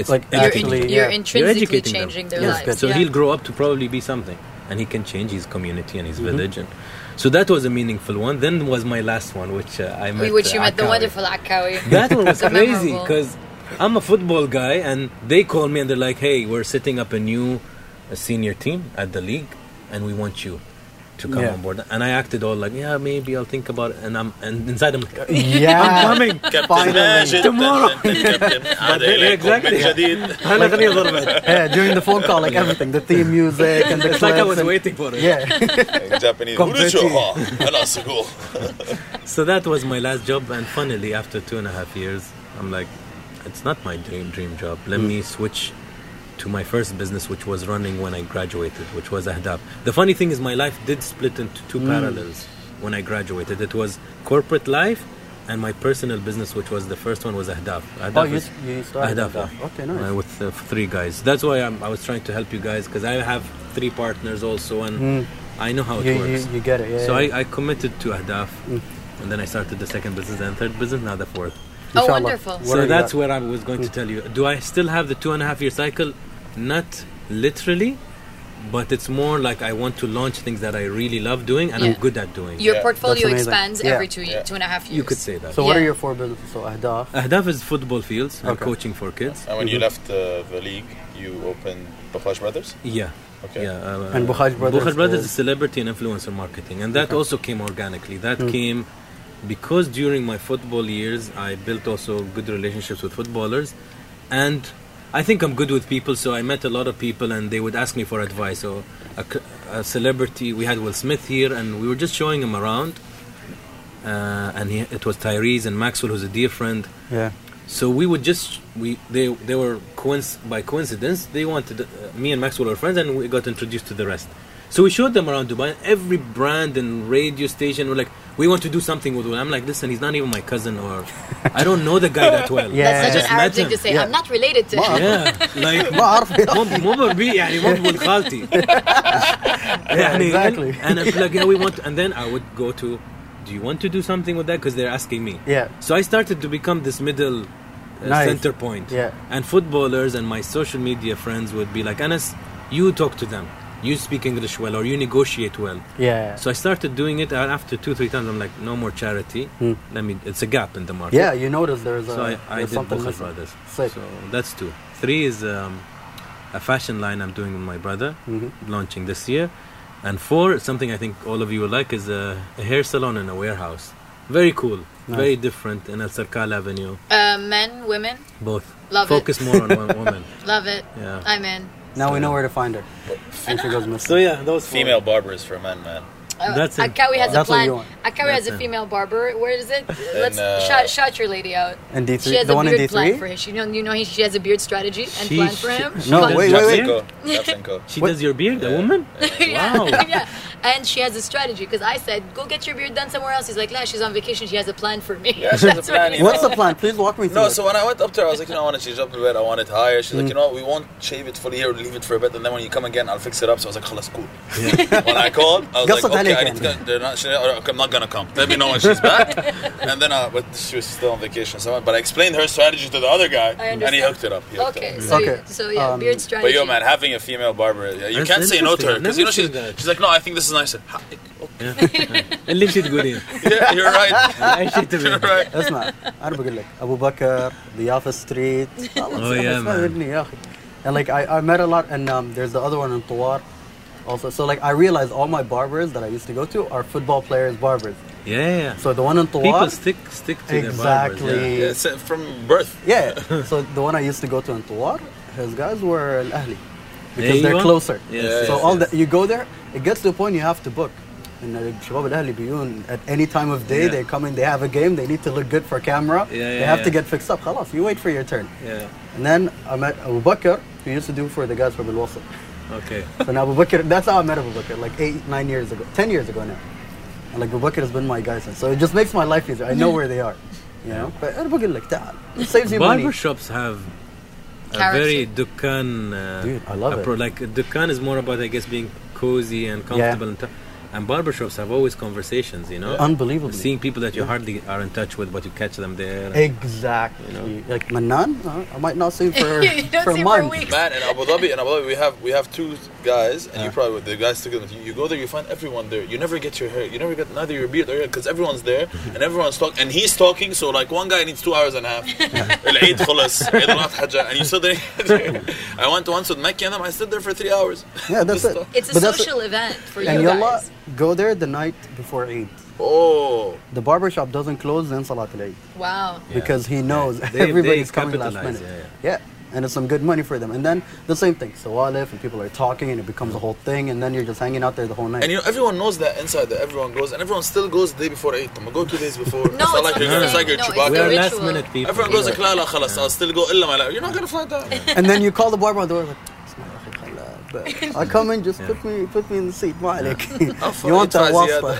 Speaker 1: it's
Speaker 7: Like,
Speaker 4: You're,
Speaker 1: educating
Speaker 7: Actually,
Speaker 4: in,
Speaker 7: yeah.
Speaker 4: you're intrinsically
Speaker 1: educating them.
Speaker 4: changing their
Speaker 7: Yes,
Speaker 4: lives.
Speaker 7: good.
Speaker 1: so
Speaker 4: yeah.
Speaker 1: he'll grow up to probably be something, and he can change his community and his
Speaker 4: Mm-hmm.
Speaker 1: village. And so that was a meaningful one. Then was my last one, which uh, I met.
Speaker 4: which
Speaker 1: uh,
Speaker 4: you met the
Speaker 1: Akawi.
Speaker 4: wonderful Akawi.
Speaker 1: [LAUGHS]
Speaker 4: [LAUGHS]
Speaker 1: That one was
Speaker 4: The
Speaker 1: crazy
Speaker 4: memorable.
Speaker 1: because I'm a football guy, and they call me and they're like, "Hey, we're setting up a new a senior team at the league, and we want you to come
Speaker 7: Yeah.
Speaker 1: on board." And I acted all like, "Yeah, maybe I'll think about it." And I'm and inside I'm
Speaker 4: [LAUGHS]
Speaker 1: like,
Speaker 7: Yeah.
Speaker 1: "I'm coming."
Speaker 8: Captain
Speaker 7: Finally.
Speaker 8: Majid,
Speaker 1: Tomorrow. [LAUGHS]
Speaker 8: Captain- Captain Adel,
Speaker 1: yeah, exactly.
Speaker 8: Bin [LAUGHS] Jadid.
Speaker 1: أنا غني ضربت.
Speaker 7: yeah, during the phone call, like everything, the theme music and the
Speaker 1: It's [LAUGHS] like I
Speaker 7: clips
Speaker 1: was
Speaker 7: and-
Speaker 1: waiting for it. [LAUGHS]
Speaker 7: Yeah,
Speaker 8: In Japanese. Ah,
Speaker 7: Confetti.
Speaker 8: "Urucho ha, halasago."
Speaker 1: So that was my last job, and funnily, after two and a half years, I'm like, it's not my dream dream job. Let me switch to my first business, which was running when I graduated, which was Ahdab. The funny thing is, my life did split into two
Speaker 7: Hmm.
Speaker 1: parallels when I graduated. It was corporate life and my personal business, which was the first one was Ahdab. Ahdab
Speaker 7: Oh, you-
Speaker 1: is-
Speaker 7: you started
Speaker 1: Ahdab,
Speaker 7: Ahdab.
Speaker 1: yeah.
Speaker 7: Okay, nice.
Speaker 1: Uh, with uh, three guys. That's why I'm, I was trying to help you guys because I have three partners also, and I know how it
Speaker 7: you,
Speaker 1: works.
Speaker 7: you, you get it. Hmm. Yeah. Mm.
Speaker 1: So
Speaker 7: yeah.
Speaker 1: I, I committed to Ahdaf, and then I started the second business, and third business, now the fourth.
Speaker 4: Oh,
Speaker 7: Inshallah.
Speaker 4: wonderful.
Speaker 7: What
Speaker 1: So
Speaker 7: are you
Speaker 1: that's
Speaker 7: at? Mm.
Speaker 1: where I was going to tell you. Do I still have the two and a half year cycle? Not literally, but it's more like I want to launch things that I really love doing and I'm
Speaker 4: Yeah.
Speaker 1: good at doing.
Speaker 4: Your
Speaker 8: Yeah,
Speaker 4: portfolio
Speaker 7: that's amazing.
Speaker 4: expands
Speaker 7: Yeah.
Speaker 4: every two, ye-
Speaker 8: Yeah.
Speaker 4: two and a half years.
Speaker 1: You could say that.
Speaker 7: So what are
Speaker 4: Yeah.
Speaker 7: your four businesses? So Ahdaf.
Speaker 1: Ahdaf is football fields and
Speaker 7: Okay.
Speaker 1: coaching for kids.
Speaker 8: And when you left uh, the league, you opened Bakhaj Brothers?
Speaker 1: Yeah.
Speaker 8: Okay.
Speaker 1: Yeah, uh,
Speaker 7: And Bukhaj Brothers
Speaker 1: Bukhaj Brothers is,
Speaker 7: is-
Speaker 1: celebrity and influencer marketing, and that also came organically. That
Speaker 7: Mm.
Speaker 1: came because during my football years, I built also good relationships with footballers, and I think I'm good with people. So I met a lot of people, and they would ask me for advice. So a, c- a celebrity, we had Will Smith here, and we were just showing him around, uh, and he, it was Tyrese and Maxwell, who's a dear friend.
Speaker 7: Yeah.
Speaker 1: So we would just we they they were coinc- by coincidence they wanted uh, me and Maxwell were friends and we got introduced to the rest. So we showed them around Dubai. Every brand and radio station were like, "We want to do something with Will." I'm like, "Listen, he's not even my cousin, or I don't know the guy that
Speaker 7: [LAUGHS]
Speaker 1: well.
Speaker 7: Yeah.
Speaker 4: That's
Speaker 1: I
Speaker 4: such
Speaker 1: just
Speaker 4: an Arab
Speaker 1: met
Speaker 4: thing
Speaker 1: him.
Speaker 4: to say. I'm not related to him.
Speaker 7: [LAUGHS]
Speaker 1: Yeah, like
Speaker 7: ما أعرف.
Speaker 1: مو مو بربي يعني مو بقول خالتي يعني
Speaker 7: exactly.
Speaker 1: and I'd be like yeah we want and then I would go to do you want to do something with that because they're asking me
Speaker 7: Yeah.
Speaker 1: so I started to become this middle uh,
Speaker 7: Nice.
Speaker 1: center point
Speaker 7: Yeah.
Speaker 1: and footballers and my social media friends would be like Anas you talk to them you speak English well or you negotiate well
Speaker 7: Yeah.
Speaker 1: so I started doing it and after two three times I'm like no more charity let me it's a gap in the market
Speaker 7: yeah, you notice there's a
Speaker 1: so I, I
Speaker 7: Uh, there's
Speaker 1: did
Speaker 7: something
Speaker 1: Bukhar
Speaker 7: missing.
Speaker 1: Brothers.
Speaker 7: Sick.
Speaker 1: So that's two. Three is um, a fashion line I'm doing with my brother,
Speaker 7: Mm-hmm.
Speaker 1: launching this year. And four, something I think all of you will like, is a, a hair salon in a warehouse. Very cool, very different in Al Sarkal Avenue.
Speaker 4: [LAUGHS] Uh, men, women,
Speaker 1: Both.
Speaker 4: Love it.
Speaker 1: Focus more on one
Speaker 7: [LAUGHS]
Speaker 1: woman.
Speaker 4: love it.
Speaker 1: Yeah.
Speaker 4: I'm in.
Speaker 7: Now we know where to find her. Since she goes missing.
Speaker 1: So yeah, those four.
Speaker 8: Female barbers for men, man.
Speaker 4: Uh,
Speaker 1: That's it.
Speaker 4: Akawi has
Speaker 7: That's
Speaker 4: a
Speaker 7: what
Speaker 4: plan.
Speaker 7: you want.
Speaker 4: Akawi has
Speaker 1: That's
Speaker 4: a
Speaker 1: it.
Speaker 4: female barber. Where is it? Let's
Speaker 8: uh,
Speaker 4: shout, shout your lady out.
Speaker 7: And D3
Speaker 4: She has
Speaker 7: the
Speaker 4: a
Speaker 7: one in
Speaker 4: beard plan
Speaker 7: D3?
Speaker 4: for him. She, you know, you know he, she has a beard strategy and
Speaker 1: She-
Speaker 4: plan for him.
Speaker 1: she-
Speaker 7: [LAUGHS] No,
Speaker 4: Plan-
Speaker 7: wait, wait, wait.
Speaker 8: Jacsenko. Jacsenko.
Speaker 1: She
Speaker 7: What?
Speaker 1: does your beard, a woman?
Speaker 4: [LAUGHS] yeah.
Speaker 1: Wow.
Speaker 4: [LAUGHS] yeah. And she has a strategy because I said, go get your beard done somewhere else. He's like, nah, she's on vacation. She has a plan for me.
Speaker 8: Yeah, she has a
Speaker 4: [LAUGHS] That's
Speaker 8: plan,
Speaker 4: what he
Speaker 8: you
Speaker 7: What's
Speaker 4: said.
Speaker 7: the plan? Please walk me through.
Speaker 8: No,
Speaker 7: it.
Speaker 8: so when I went up to her, I was like, you know, I want to change up a bit. I want it higher. She's like, you know, what, we won't shave it fully here. Leave it for a bit, and then when you come again, I'll fix it up. So I was like, خلاص cool. when I called, I was
Speaker 7: قصت
Speaker 8: like, okay, I
Speaker 7: عليك
Speaker 8: need to
Speaker 7: يعني.
Speaker 8: go. They're not, she, I'm not gonna come. Let me know when she's
Speaker 4: [LAUGHS]
Speaker 8: back. and then, uh, but she was still on vacation. So, I went- but I explained her strategy to the other guy, and he
Speaker 4: understand.
Speaker 8: hooked it up. He hooked it
Speaker 4: Okay,
Speaker 8: up.
Speaker 4: so,
Speaker 7: Okay.
Speaker 4: so yeah,
Speaker 7: Um,
Speaker 4: beard strategy.
Speaker 8: But yo, man, having a female barber, yeah, you
Speaker 1: That's
Speaker 8: can't say no to her
Speaker 1: interesting.
Speaker 8: because you know
Speaker 1: I've never
Speaker 8: she's,
Speaker 1: seen that.
Speaker 8: she's like, no, I think this is nice. I said, "Ha, okay,
Speaker 1: اللي مشيت تقولين.
Speaker 8: [LAUGHS] yeah, you're right.
Speaker 1: أي شيء
Speaker 8: [LAUGHS] You're
Speaker 1: تبين.
Speaker 8: right.
Speaker 7: اسمع انا بقول لك ابو بكر the office street
Speaker 1: Oh, yeah, man.
Speaker 7: ابني يا اخي and like I, I met a lot and um, there's the other one in Tawar also so like I realized all my barbers that I used to go to are football players barbers
Speaker 1: Yeah, yeah.
Speaker 7: so the one in Tawar
Speaker 1: People stick stick to their barbers.
Speaker 7: exactly
Speaker 8: Yeah, it's, uh, from birth.
Speaker 7: yeah. [LAUGHS] so the one I used to go to in Tawar his guys were Al Ahli
Speaker 1: There
Speaker 7: because
Speaker 1: you
Speaker 7: they're
Speaker 1: go.
Speaker 7: closer
Speaker 1: Yes,
Speaker 7: so
Speaker 1: yes,
Speaker 7: all
Speaker 1: yes.
Speaker 7: that you go there it gets to a point you have to book and الشباب الاهلي بيجون at any time of day
Speaker 1: Yeah.
Speaker 7: they come in they have a game they need to look good for camera
Speaker 1: Yeah, yeah,
Speaker 7: they have to
Speaker 1: yeah.
Speaker 7: get fixed up خلاص you wait for your turn
Speaker 1: Yeah. yeah.
Speaker 7: and then I met Abu Bakr who used to do for the guys from Al Wasl
Speaker 1: Okay.
Speaker 7: so now Abu Bakr that's how I met Abu Bakr like 8 9 years ago 10 years ago now and like Abu Bakr has been my guy since so it just makes my life easier I know where they are you know but أنا بقول لك تعال it saves you money
Speaker 1: Barbershops have a
Speaker 4: Character.
Speaker 1: very Dukan uh,
Speaker 7: Dude, I love it.
Speaker 1: appro- Like Dukan is more about, I guess, being cozy and comfortable. And t- and barbershops have always conversations you know
Speaker 7: Unbelievably.
Speaker 1: seeing people that you hardly are in touch with but you catch them there
Speaker 7: Exactly. Like Manan, uh, I might
Speaker 4: [LAUGHS]
Speaker 7: not see him for,
Speaker 4: [LAUGHS] You don't
Speaker 7: for a
Speaker 4: see him for
Speaker 7: month.
Speaker 4: weeks.
Speaker 8: Man, in Abu Dhabi, in Abu Dhabi, we have we have two guys, and you probably would- the guys took them. You, you go there, you find everyone there. You never get your hair. You never get neither your beard or hair because everyone's there and everyone's talking. And he's talking, so like one guy needs two hours and a half. [LAUGHS] العيد خلص, عيد الأضحى, and you sit there. [LAUGHS] I went once with Mekki and them. I stood there for three hours.
Speaker 7: Yeah, that's
Speaker 8: Just
Speaker 7: it.
Speaker 8: talk-
Speaker 4: It's a
Speaker 7: But that's-
Speaker 4: social event for you
Speaker 7: And Yalla,
Speaker 4: guys.
Speaker 7: go there the night before Eid.
Speaker 8: Oh,
Speaker 7: The barber shop doesn't close in Salat al Eid
Speaker 4: Wow.
Speaker 7: because he knows [LAUGHS]
Speaker 1: They- they
Speaker 7: everybody's coming last
Speaker 1: capitalize,
Speaker 7: minute. Yeah, and it's some good money for them. And then the same thing, Sawalif, and people are talking, and it becomes a whole thing, and then you're just hanging out there the whole night.
Speaker 8: and you know everyone knows that inside that everyone goes, and everyone still goes the day before Eid. I'm go two days before.
Speaker 4: [LAUGHS] No,
Speaker 8: it's not
Speaker 4: it's
Speaker 8: like
Speaker 4: not
Speaker 8: you're
Speaker 4: the
Speaker 8: gonna
Speaker 4: same.
Speaker 8: like your
Speaker 4: No,
Speaker 1: we
Speaker 4: it's
Speaker 1: are
Speaker 4: a
Speaker 8: Chewbacca.
Speaker 4: ritual.
Speaker 1: last minute people
Speaker 8: Everyone goes like لا لا خلاص I'll still go إلا ما لا. You're not gonna find out.
Speaker 7: and then you call the barber on the door like, "Ismail, akhi, khala,
Speaker 4: [LAUGHS]
Speaker 7: but I come in, just put me put me in the seat, Malik. [LAUGHS] you want that waspa?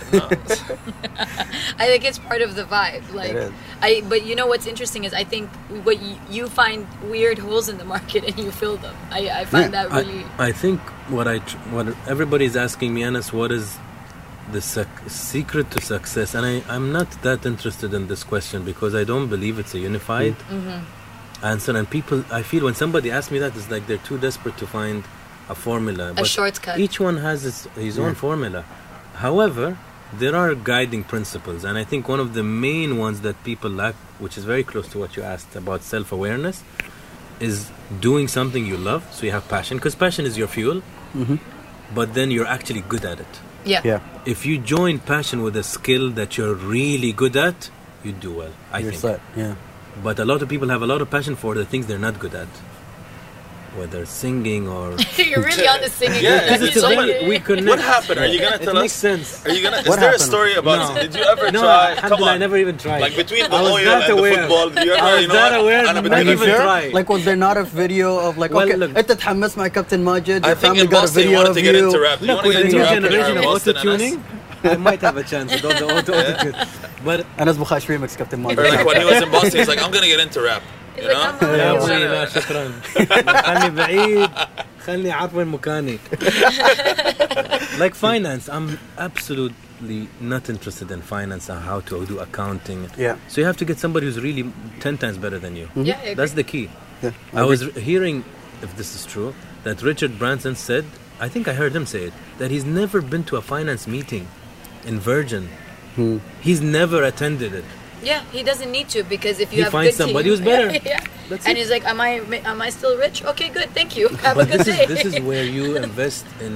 Speaker 4: I think it's part of the vibe. Like,
Speaker 7: is.
Speaker 4: I. But you know what's interesting is I think what you, you find weird holes in the market and you fill them. I, I find
Speaker 7: Yeah,
Speaker 4: that really.
Speaker 1: I, I think what I tr- what everybody's asking me, Anas, what is the sec- secret to success? And I, I'm not that interested in this question because I don't believe it's a unified answer. And people, I feel when somebody asks me that, it's like they're too desperate to find a formula, a
Speaker 4: shortcut.
Speaker 1: Each one has his, his own formula. However, there are guiding principles, and I think one of the main ones that people lack, which is very close to what you asked about self-awareness, is doing something you love, so you have passion, because passion is your fuel. But then you're actually good at it.
Speaker 4: Yeah.
Speaker 7: Yeah,
Speaker 1: If you join passion with a skill that you're really good at, you do well. I
Speaker 7: [LAUGHS] you're
Speaker 1: think.
Speaker 7: set. Yeah,
Speaker 1: But a lot of people have a lot of passion for the things they're not good at, whether singing
Speaker 8: [LAUGHS]
Speaker 1: or.
Speaker 4: [LAUGHS] You're really on the singing.
Speaker 8: Yeah,
Speaker 4: That's
Speaker 8: it's-
Speaker 1: Because
Speaker 8: it's
Speaker 1: it's
Speaker 4: like-
Speaker 8: very-
Speaker 1: all- we
Speaker 8: [LAUGHS]
Speaker 1: connect.
Speaker 8: What happened? Are you gonna
Speaker 1: It
Speaker 8: tell
Speaker 1: makes
Speaker 8: us?
Speaker 1: sense.
Speaker 8: Are you gonna? Is
Speaker 7: What
Speaker 8: there
Speaker 7: happened?
Speaker 8: a story about?
Speaker 1: No.
Speaker 8: Did you ever
Speaker 1: No,
Speaker 8: try? Come
Speaker 1: alhamdulillah, I
Speaker 8: on.
Speaker 1: never even tried.
Speaker 8: Like between the
Speaker 1: I was
Speaker 8: oil
Speaker 1: not
Speaker 8: and
Speaker 1: aware.
Speaker 8: the football, do you
Speaker 1: I
Speaker 8: ever,
Speaker 1: was
Speaker 8: you know,
Speaker 1: not
Speaker 8: what?
Speaker 1: aware,
Speaker 8: أنا
Speaker 1: not
Speaker 8: بدي
Speaker 1: even
Speaker 8: أفكر.
Speaker 1: try.
Speaker 7: Like, was there not a video of like,
Speaker 1: Well,
Speaker 7: okay,
Speaker 1: look-
Speaker 7: أنت تحمس مع كابتن ماجد,
Speaker 8: I
Speaker 7: your
Speaker 8: think
Speaker 7: family
Speaker 8: in
Speaker 7: got a
Speaker 8: Boston you
Speaker 7: video
Speaker 8: wanted
Speaker 7: of
Speaker 8: to get
Speaker 7: you.
Speaker 8: interrupted. You
Speaker 1: Look, with
Speaker 8: wanted to
Speaker 1: the new
Speaker 8: interrupt in
Speaker 1: generation of auto
Speaker 8: Boston and us.
Speaker 1: tuning, I might have a chance with all the
Speaker 8: [LAUGHS]
Speaker 1: auto auto But
Speaker 7: أنس بخاش remix كابتن
Speaker 8: Or like
Speaker 7: ماجد.
Speaker 8: when he was in Boston, he's like, I'm gonna get into rap. You
Speaker 4: It's like,
Speaker 8: know?
Speaker 4: I'm on
Speaker 1: يا
Speaker 4: the
Speaker 1: ابوي
Speaker 4: show.
Speaker 1: لا [LAUGHS] شكرا خلني بعيد
Speaker 8: [LAUGHS]
Speaker 1: خلني عارف وين مكاني like finance I'm absolutely not interested in finance and how to do accounting
Speaker 7: Yeah.
Speaker 1: so you have to get somebody who's really 10 times better than you
Speaker 4: Yeah, I agree.
Speaker 1: that's the key
Speaker 7: Yeah,
Speaker 1: I was re- hearing if this is true that Richard Branson said I think I heard him say it that he's never been to a finance meeting in Virgin he's never attended it
Speaker 4: Yeah, he doesn't need to because if you
Speaker 1: He
Speaker 4: have
Speaker 1: finds
Speaker 4: good team-
Speaker 1: somebody who's better.
Speaker 4: [LAUGHS] Yeah, yeah.
Speaker 1: That's
Speaker 4: and
Speaker 1: it.
Speaker 4: he's like, "Am I am I still rich? Okay, good, thank
Speaker 1: [LAUGHS]
Speaker 4: you. Have
Speaker 1: but
Speaker 4: a good
Speaker 1: this
Speaker 4: day."
Speaker 1: is
Speaker 4: [LAUGHS]
Speaker 1: this is where you invest in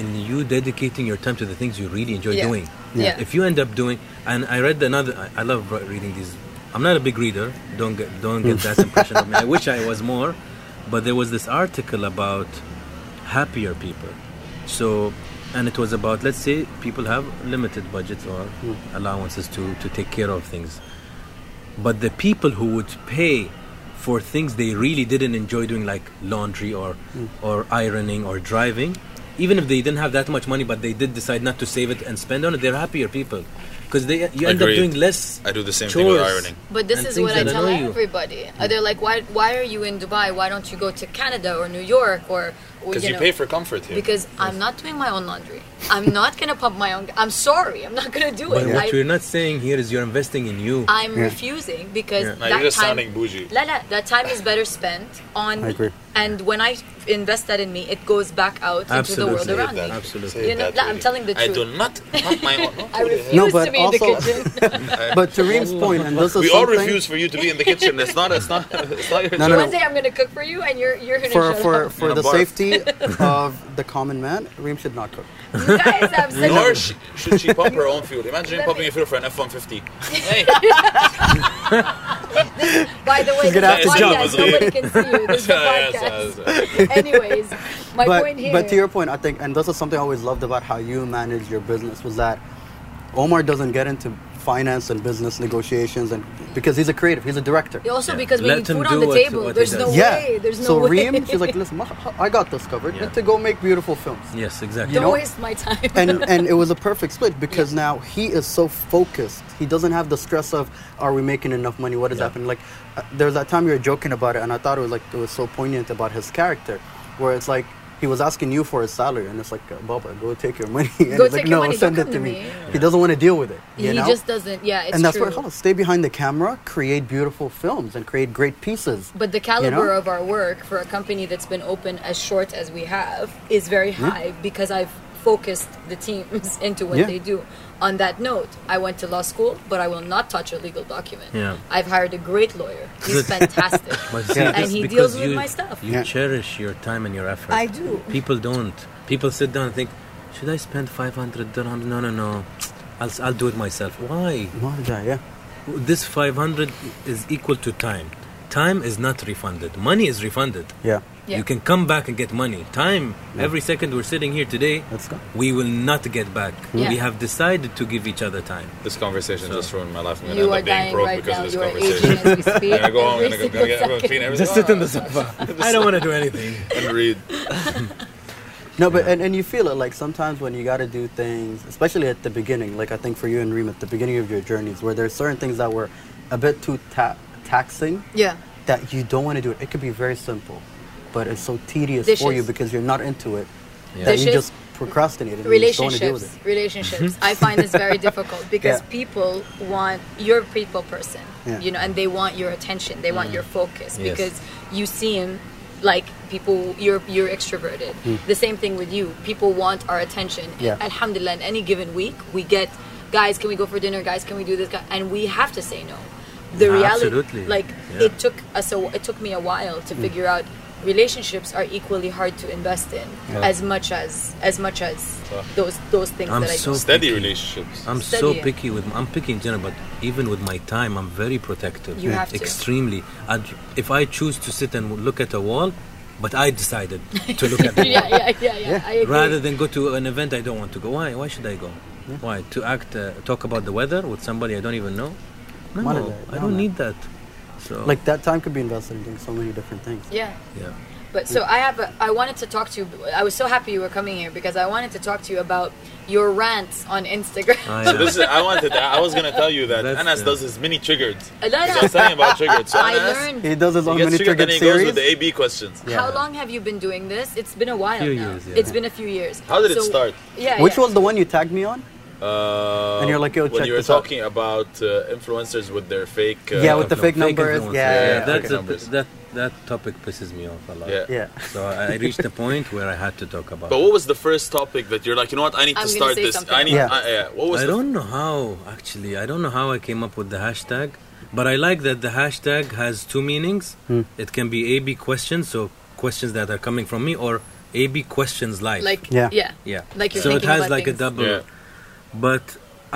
Speaker 1: in you dedicating your time to the things you really enjoy
Speaker 4: Yeah.
Speaker 1: doing.
Speaker 4: Yeah.
Speaker 1: If you end up doing, and I read another, I, I love re- reading these. I'm not a big reader. Don't get don't get that impression of me. I wish I was more, but there was this article about happier people. So, and it was about let's say people have limited budgets or allowances to to take care of things, but the people who would pay for things they really didn't enjoy doing like laundry or or ironing or driving even if they didn't have that much money but they did decide not to save it and spend on it they're happier people because they you end
Speaker 8: Agreed.
Speaker 1: up doing less
Speaker 8: I do the same
Speaker 1: chores.
Speaker 8: thing with ironing.
Speaker 4: But this
Speaker 1: and
Speaker 4: is
Speaker 1: things
Speaker 4: what I
Speaker 1: that
Speaker 4: tell
Speaker 1: annoy you. Hmm.
Speaker 4: everybody. Uh, They're like, why, why are you in Dubai? Why don't you go to Canada or New York or, or,
Speaker 8: Because you
Speaker 4: know,
Speaker 8: pay for comfort here.
Speaker 4: Because I'm not doing my own laundry. I'm not gonna pump my own. I'm sorry. I'm not gonna do
Speaker 1: but
Speaker 4: it.
Speaker 1: what
Speaker 4: I,
Speaker 1: we're not saying here is you're investing in you
Speaker 4: I'm refusing because
Speaker 1: Yeah.
Speaker 8: Now,
Speaker 4: that
Speaker 8: you're just
Speaker 4: time.
Speaker 8: sounding bougie.
Speaker 4: La, la, that time is better spent on.
Speaker 7: I agree.
Speaker 4: And when I invest that in me, it goes back out into the
Speaker 1: Absolutely.
Speaker 4: world around
Speaker 8: That-
Speaker 4: me.
Speaker 1: Absolutely.
Speaker 8: say
Speaker 4: You know,
Speaker 8: that
Speaker 4: like, I'm
Speaker 8: really.
Speaker 4: telling the
Speaker 8: I
Speaker 4: truth.
Speaker 8: do not, not my own.
Speaker 4: I refuse
Speaker 7: No, but
Speaker 4: to be in the
Speaker 7: also-
Speaker 4: kitchen.
Speaker 7: [LAUGHS] But to Reem's point, and this is
Speaker 8: We all
Speaker 7: something
Speaker 8: refuse for you to be in the kitchen. It's not. It's not. It's not your
Speaker 7: No, no,
Speaker 8: job.
Speaker 4: One day I'm gonna cook for you, and you're you're gonna
Speaker 7: for
Speaker 4: shut
Speaker 7: for
Speaker 4: up.
Speaker 7: for
Speaker 8: In a
Speaker 7: the
Speaker 8: bar. [LAUGHS]
Speaker 7: safety of the common man, Reem should not cook.
Speaker 4: You guys have such a-
Speaker 8: Nor sh- should she pump her own fuel. Imagine
Speaker 4: Let
Speaker 8: pumping
Speaker 4: me-
Speaker 8: a fuel for an F-150. Hey,
Speaker 4: By the way, this is
Speaker 7: gonna
Speaker 4: a
Speaker 7: have to
Speaker 8: jump,
Speaker 4: podcast.
Speaker 8: isn't he?
Speaker 4: Nobody can
Speaker 1: [LAUGHS]
Speaker 4: see you. This is a
Speaker 8: Yeah, yeah,
Speaker 4: podcast.
Speaker 8: so- so-
Speaker 4: [LAUGHS] Anyways, my
Speaker 7: but
Speaker 4: point here.
Speaker 7: but to your point, I think, and this is something I always loved about how you manage your business was that Omar doesn't get into finance and business negotiations, and because he's a creative, he's a director.
Speaker 4: also because we
Speaker 1: Let
Speaker 4: need
Speaker 1: him
Speaker 4: food
Speaker 1: do
Speaker 4: on the
Speaker 1: what-
Speaker 4: table.
Speaker 1: what he
Speaker 4: There's no
Speaker 1: does.
Speaker 7: yeah.
Speaker 4: way. There's no
Speaker 7: so
Speaker 4: way.
Speaker 7: Reem, she's like, listen, ma- I got this covered.
Speaker 1: Yeah.
Speaker 7: To go make beautiful films.
Speaker 1: yes exactly
Speaker 7: you
Speaker 4: don't
Speaker 7: know-
Speaker 4: waste my time. [LAUGHS]
Speaker 7: and and it was a perfect split because now he is so focused. He doesn't have the stress of are we making enough money? What is happening? Like uh, there's that time you were joking about it, and I thought it was like it was so poignant about his character, where it's like. he was asking you for a salary, and it's like, uh, Baba, go take your [LAUGHS] money. And
Speaker 4: Go
Speaker 7: he's like,
Speaker 4: take your
Speaker 7: no,
Speaker 4: money,
Speaker 7: send
Speaker 4: don't
Speaker 7: it to
Speaker 4: come
Speaker 7: me.
Speaker 4: to me.
Speaker 7: He doesn't want to deal with it. You
Speaker 4: he
Speaker 7: know?
Speaker 4: just doesn't. Yeah, it's
Speaker 7: and that's
Speaker 4: true.
Speaker 7: why, hold on, stay behind the camera, create beautiful films, and create great pieces.
Speaker 4: But the caliber
Speaker 7: know?
Speaker 4: of our work for a company that's been open as short as we have is very high because I've focused the teams [LAUGHS] into what
Speaker 7: Yeah.
Speaker 4: they do. On that note, I went to law school, but I will not touch a legal document.
Speaker 1: Yeah.
Speaker 4: I've hired a great lawyer.
Speaker 1: [LAUGHS]
Speaker 4: He's fantastic.
Speaker 1: But see,
Speaker 4: And
Speaker 1: that's
Speaker 4: he
Speaker 1: because
Speaker 4: deals with
Speaker 1: you-
Speaker 4: my stuff.
Speaker 1: You
Speaker 7: Yeah.
Speaker 1: cherish your time and your effort.
Speaker 4: I do.
Speaker 1: People don't. People sit down and think, should I spend 500 dirham? No, no, no. I'll, I'll do it myself. Why?
Speaker 7: Marja, yeah.
Speaker 1: This 500 is equal to time. Time is not refunded. Money is refunded.
Speaker 7: Yeah.
Speaker 4: Yeah.
Speaker 1: You can come back and get money. Time, every second we're sitting here today,
Speaker 7: Let's go.
Speaker 1: we will not get back.
Speaker 4: Yeah.
Speaker 1: We have decided to give each other time.
Speaker 8: [LAUGHS] This conversation just ruined my life. I'm gonna end
Speaker 4: You are
Speaker 8: up being
Speaker 4: dying
Speaker 8: broke
Speaker 4: right
Speaker 8: because
Speaker 4: now.
Speaker 8: of this
Speaker 4: You are aging
Speaker 8: conversation.
Speaker 4: as we speak.
Speaker 8: [LAUGHS] I'm gonna go home. I'm gonna go
Speaker 4: Every single
Speaker 8: gonna get everyone
Speaker 4: second.
Speaker 8: clean
Speaker 1: [LAUGHS]
Speaker 8: everything.
Speaker 1: Just sit on the sofa. I don't want to do
Speaker 4: [LAUGHS]
Speaker 1: anything.
Speaker 8: and read.
Speaker 7: No, but and, and you feel it like sometimes when you got to do things, especially at the beginning. Like I think for you and Reem at the beginning of your journeys, where there's certain things that were a bit too ta- taxing
Speaker 4: Yeah.
Speaker 7: that you don't want to do it. It could be very simple, but it's so tedious for
Speaker 4: Dishes.
Speaker 7: you because you're not into it that you
Speaker 4: Dishes.
Speaker 7: just procrastinate and you just don't want to deal
Speaker 4: relationships
Speaker 7: with it. Mm-hmm.
Speaker 4: relationships i find this
Speaker 7: [LAUGHS]
Speaker 4: very difficult because
Speaker 7: Yeah.
Speaker 4: people want you're a people person
Speaker 7: Yeah. Mm-hmm.
Speaker 4: you know and they want your attention they want your focus
Speaker 1: Yes.
Speaker 4: because you seem like people you're you're extroverted the same thing with you people want our attention
Speaker 7: Mm. Yeah.
Speaker 4: alhamdulillah in any given week we get guys can we go for dinner guys can we do this Guy- and we have to say no the
Speaker 1: Yeah,
Speaker 4: reality
Speaker 1: absolutely.
Speaker 4: like
Speaker 1: Yeah. Mm.
Speaker 4: it took us a, it took me a while to figure out relationships are equally hard to invest in as much as as much as those those things
Speaker 1: I'm
Speaker 4: that I
Speaker 1: so
Speaker 4: do.
Speaker 8: Steady relationships.
Speaker 1: I'm
Speaker 4: Steady.
Speaker 1: so picky with I'm picky in general, but [LAUGHS] even with my time, I'm very protective.
Speaker 4: You have to.
Speaker 1: Extremely. I'd, if I choose to sit and look at a wall, but I decided to look at the wall.
Speaker 4: [LAUGHS] [LAUGHS] yeah, yeah, yeah, yeah, I agree.
Speaker 1: Rather than go to an event I don't want to go. Why? Why should I go? Why to act? Uh, talk about the weather with somebody I don't even know? No,
Speaker 7: What is that?
Speaker 1: I
Speaker 7: No,
Speaker 1: don't
Speaker 7: man.
Speaker 1: need that. So
Speaker 7: Like that time could be invested in doing so many different things.
Speaker 4: yeah.
Speaker 1: yeah,
Speaker 4: But so I have. A, I wanted to talk to you. I was so happy you were coming here because I wanted to talk to you about your rants on Instagram.
Speaker 1: I, uh,
Speaker 8: So this is, I wanted. to- I was gonna tell you that
Speaker 1: That's,
Speaker 8: Anas
Speaker 1: uh,
Speaker 8: does his mini triggered.
Speaker 4: [LAUGHS] Uh, no,
Speaker 8: Because I
Speaker 4: no.
Speaker 8: was telling you about triggered. So
Speaker 4: I
Speaker 8: Anas,
Speaker 4: learned.
Speaker 7: He does his
Speaker 8: he
Speaker 7: own
Speaker 8: gets
Speaker 7: mini triggered
Speaker 8: triggered and he goes with
Speaker 7: series.
Speaker 8: the AB questions.
Speaker 4: How long have you been doing this? It's been a while
Speaker 1: Few
Speaker 4: now.
Speaker 1: years, yeah.
Speaker 4: It's been a few years.
Speaker 8: How did it start?
Speaker 4: Yeah.
Speaker 7: Which
Speaker 4: yeah.
Speaker 7: was the one you tagged me on?
Speaker 8: Uh,
Speaker 7: And you're like, yo,
Speaker 8: when
Speaker 7: check
Speaker 8: you were
Speaker 7: this out.
Speaker 8: talking about uh, influencers with their fake. Uh,
Speaker 7: Yeah, with the fake numbers,
Speaker 1: influencers.
Speaker 7: yeah, yeah, yeah,
Speaker 1: that's
Speaker 8: okay.
Speaker 1: a-
Speaker 8: numbers.
Speaker 1: that that topic pisses me off a lot.
Speaker 8: Yeah.
Speaker 7: Yeah.
Speaker 1: So I, I
Speaker 8: [LAUGHS]
Speaker 1: reached a point where I had to talk about.
Speaker 8: But
Speaker 1: it.
Speaker 8: what was the first topic that you're like, you know what? I need
Speaker 4: I'm
Speaker 8: to
Speaker 4: gonna
Speaker 8: start
Speaker 4: say
Speaker 8: this.
Speaker 4: something
Speaker 8: I need.
Speaker 7: about
Speaker 8: I, yeah. What was?
Speaker 1: I
Speaker 8: the
Speaker 1: don't know how actually. I don't know how I came up with the hashtag, but I like that the hashtag has two meanings. It can be AB questions, so questions that are coming from me, or AB questions live.
Speaker 4: Like.
Speaker 7: Yeah.
Speaker 4: Yeah. Yeah.
Speaker 1: yeah,
Speaker 4: Like you're
Speaker 1: so it
Speaker 4: thinking
Speaker 1: has
Speaker 4: about
Speaker 1: like
Speaker 4: things.
Speaker 1: a double.
Speaker 8: Yeah.
Speaker 1: But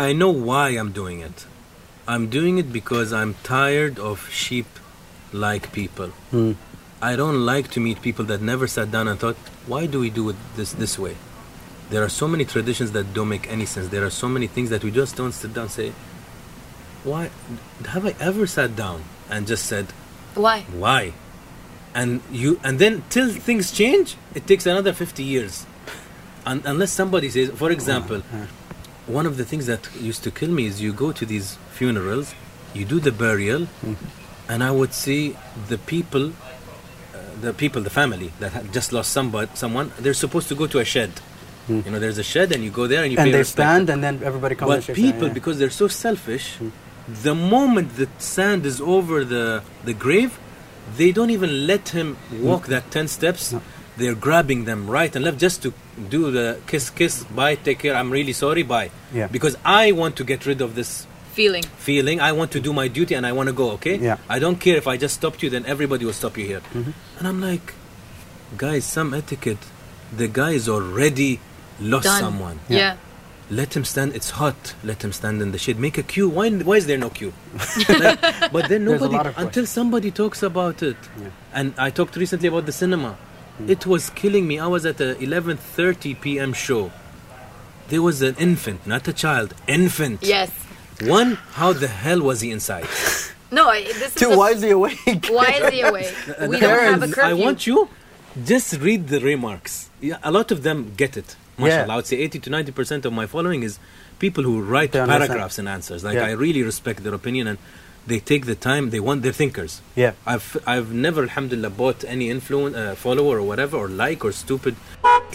Speaker 1: I know why I'm doing it. I'm doing it because I'm tired of sheep-like people. I don't like to meet people that never sat down and thought, why do we do it this this way? There are so many traditions that don't make any sense. There are so many things that we just don't sit down and say, why? Have I ever sat down and just said,
Speaker 4: Why?
Speaker 1: why? And you and then till things change, it takes another 50 years. Un unless somebody says, for example, one of the things that used to kill me is you go to these funerals, you do the burial, and I would see the people, uh, the people, the family that had just lost somebody, someone. They're supposed to go to a shed. You know, there's a shed, and you go there and you pay
Speaker 7: And they
Speaker 1: respect.
Speaker 7: stand, and then everybody comes. and
Speaker 1: But
Speaker 7: shakes their
Speaker 1: people,
Speaker 7: hand.
Speaker 1: because they're so selfish, the moment the sand is over the the grave, they don't even let him walk that ten steps. They're grabbing them right and left just to do the kiss, kiss, bye, take care. I'm really sorry, bye.
Speaker 7: Yeah.
Speaker 1: Because I want to get rid of this
Speaker 4: Feeling.
Speaker 1: feeling. I want to do my duty and I want to go. Okay.
Speaker 7: Yeah.
Speaker 1: I don't care if I just stopped you. Then everybody will stop you here. And I'm like, guys, some etiquette. The guy is already lost
Speaker 4: Done.
Speaker 1: someone.
Speaker 4: Yeah.
Speaker 1: Let him stand. It's hot. Let him stand in the shade. Make a queue. Why? Why is there no
Speaker 7: [LAUGHS]
Speaker 1: queue? Like, but then
Speaker 7: There's a
Speaker 1: nobody
Speaker 7: lot of
Speaker 1: until
Speaker 7: questions.
Speaker 1: somebody talks about it. And I talked recently about the cinema.
Speaker 7: Hmm.
Speaker 1: It was killing me. I was at a 11:30 p.m. show. There was an infant, not a child, infant.
Speaker 4: Yes.
Speaker 1: One, how the hell was he inside?
Speaker 4: No. I,
Speaker 7: [LAUGHS]
Speaker 4: this
Speaker 7: Two,
Speaker 4: is. a-
Speaker 7: why is he awake?
Speaker 4: Why
Speaker 7: [LAUGHS]
Speaker 4: is he
Speaker 1: [LAUGHS]
Speaker 4: awake? we don't have a
Speaker 1: Parents,
Speaker 4: curfew.
Speaker 1: I want you just read the remarks. Yeah, a lot of them get it. Mashallah, I would say 80 to 90 percent of my following is people who write
Speaker 7: They understand.
Speaker 1: paragraphs and answers. Like
Speaker 7: Yeah.
Speaker 1: I really respect their opinion and they take the time. They want. They're thinkers.
Speaker 7: Yeah.
Speaker 1: I've I've never alhamdulillah bought any influence uh, follower or whatever or like or stupid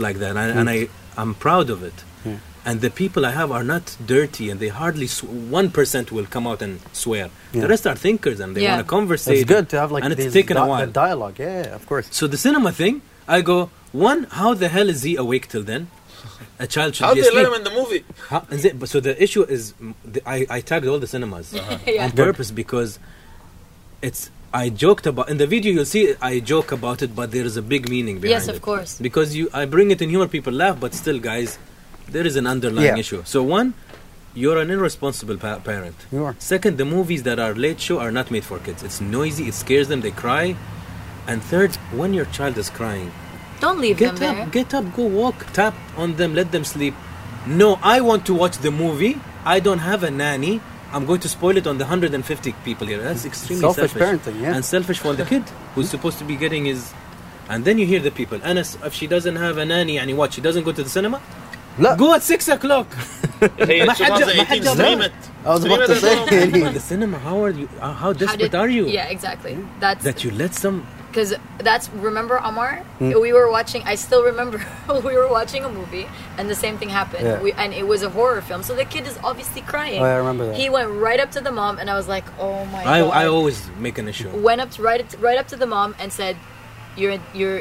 Speaker 1: like that, and, and I
Speaker 7: Hmm.
Speaker 1: I'm proud of it.
Speaker 7: Yeah.
Speaker 1: And the people I have are not dirty, and they hardly one percent will come out and swear.
Speaker 7: Yeah.
Speaker 1: The rest are thinkers, and they
Speaker 4: Yeah.
Speaker 1: want to converse.
Speaker 7: It's good to have like
Speaker 1: and
Speaker 7: these
Speaker 1: it's taken
Speaker 7: di-
Speaker 1: a while.
Speaker 7: dialogue. Yeah, yeah, of course.
Speaker 1: So the cinema thing, I go one. How the hell is he awake till then? A child should
Speaker 8: How
Speaker 1: be
Speaker 8: they let
Speaker 1: asleep.
Speaker 8: him in the movie?
Speaker 1: How- is it- but so the issue is, mm, the, I, I tagged all the cinemas
Speaker 4: [LAUGHS] Yeah.
Speaker 1: on purpose because it's. I joked about in the video. You'll see I joke about it, but there is a big meaning behind
Speaker 4: Yes, of
Speaker 1: it.
Speaker 4: course.
Speaker 1: Because you, I bring it in humor, people laugh, but still, guys, there is an underlying
Speaker 7: Yeah.
Speaker 1: issue. So one, you're an irresponsible pa- parent.
Speaker 7: You are.
Speaker 1: Second, the movies that are late show are not made for kids. It's noisy, it scares them, they cry. And third, when your child is crying,
Speaker 4: Don't leave
Speaker 1: get up,
Speaker 4: them there.
Speaker 1: get up, go walk, tap on them, let them sleep. No, I want to watch the movie. I don't have a nanny. I'm going to spoil it on the 150 people here. That's extremely
Speaker 7: Selfish
Speaker 1: selfish,
Speaker 7: parenting, yeah.
Speaker 1: and selfish for the kid
Speaker 7: [LAUGHS]
Speaker 1: who's supposed to be getting his. And then you hear the people. Anas, if she doesn't have a nanny, and what? She doesn't go to the cinema.
Speaker 7: Look,
Speaker 1: Go at six o'clock. [LAUGHS]
Speaker 8: Hey,
Speaker 1: ما حد- ما
Speaker 8: 2018,
Speaker 1: حد-
Speaker 8: stream it.
Speaker 7: I was
Speaker 8: Stream
Speaker 7: about
Speaker 8: it
Speaker 7: to
Speaker 8: at
Speaker 7: say.
Speaker 8: home.
Speaker 1: But the cinema. How are you? uh, How
Speaker 4: How
Speaker 1: desperate
Speaker 4: did-
Speaker 1: are you?
Speaker 4: Yeah, exactly. That's
Speaker 1: That you let some.
Speaker 4: because that's remember Amar.
Speaker 7: Hmm.
Speaker 4: We were watching. I still remember [LAUGHS] we were watching a movie, and the same thing happened.
Speaker 7: Yeah.
Speaker 4: We, and it was a horror film, so the kid is obviously crying.
Speaker 7: Oh, I remember that.
Speaker 4: He went right up to the mom, and I was like, "Oh my
Speaker 1: I,
Speaker 4: god!"
Speaker 1: I always make an issue.
Speaker 4: went up to, right up to- right up to the mom and said, "You're you're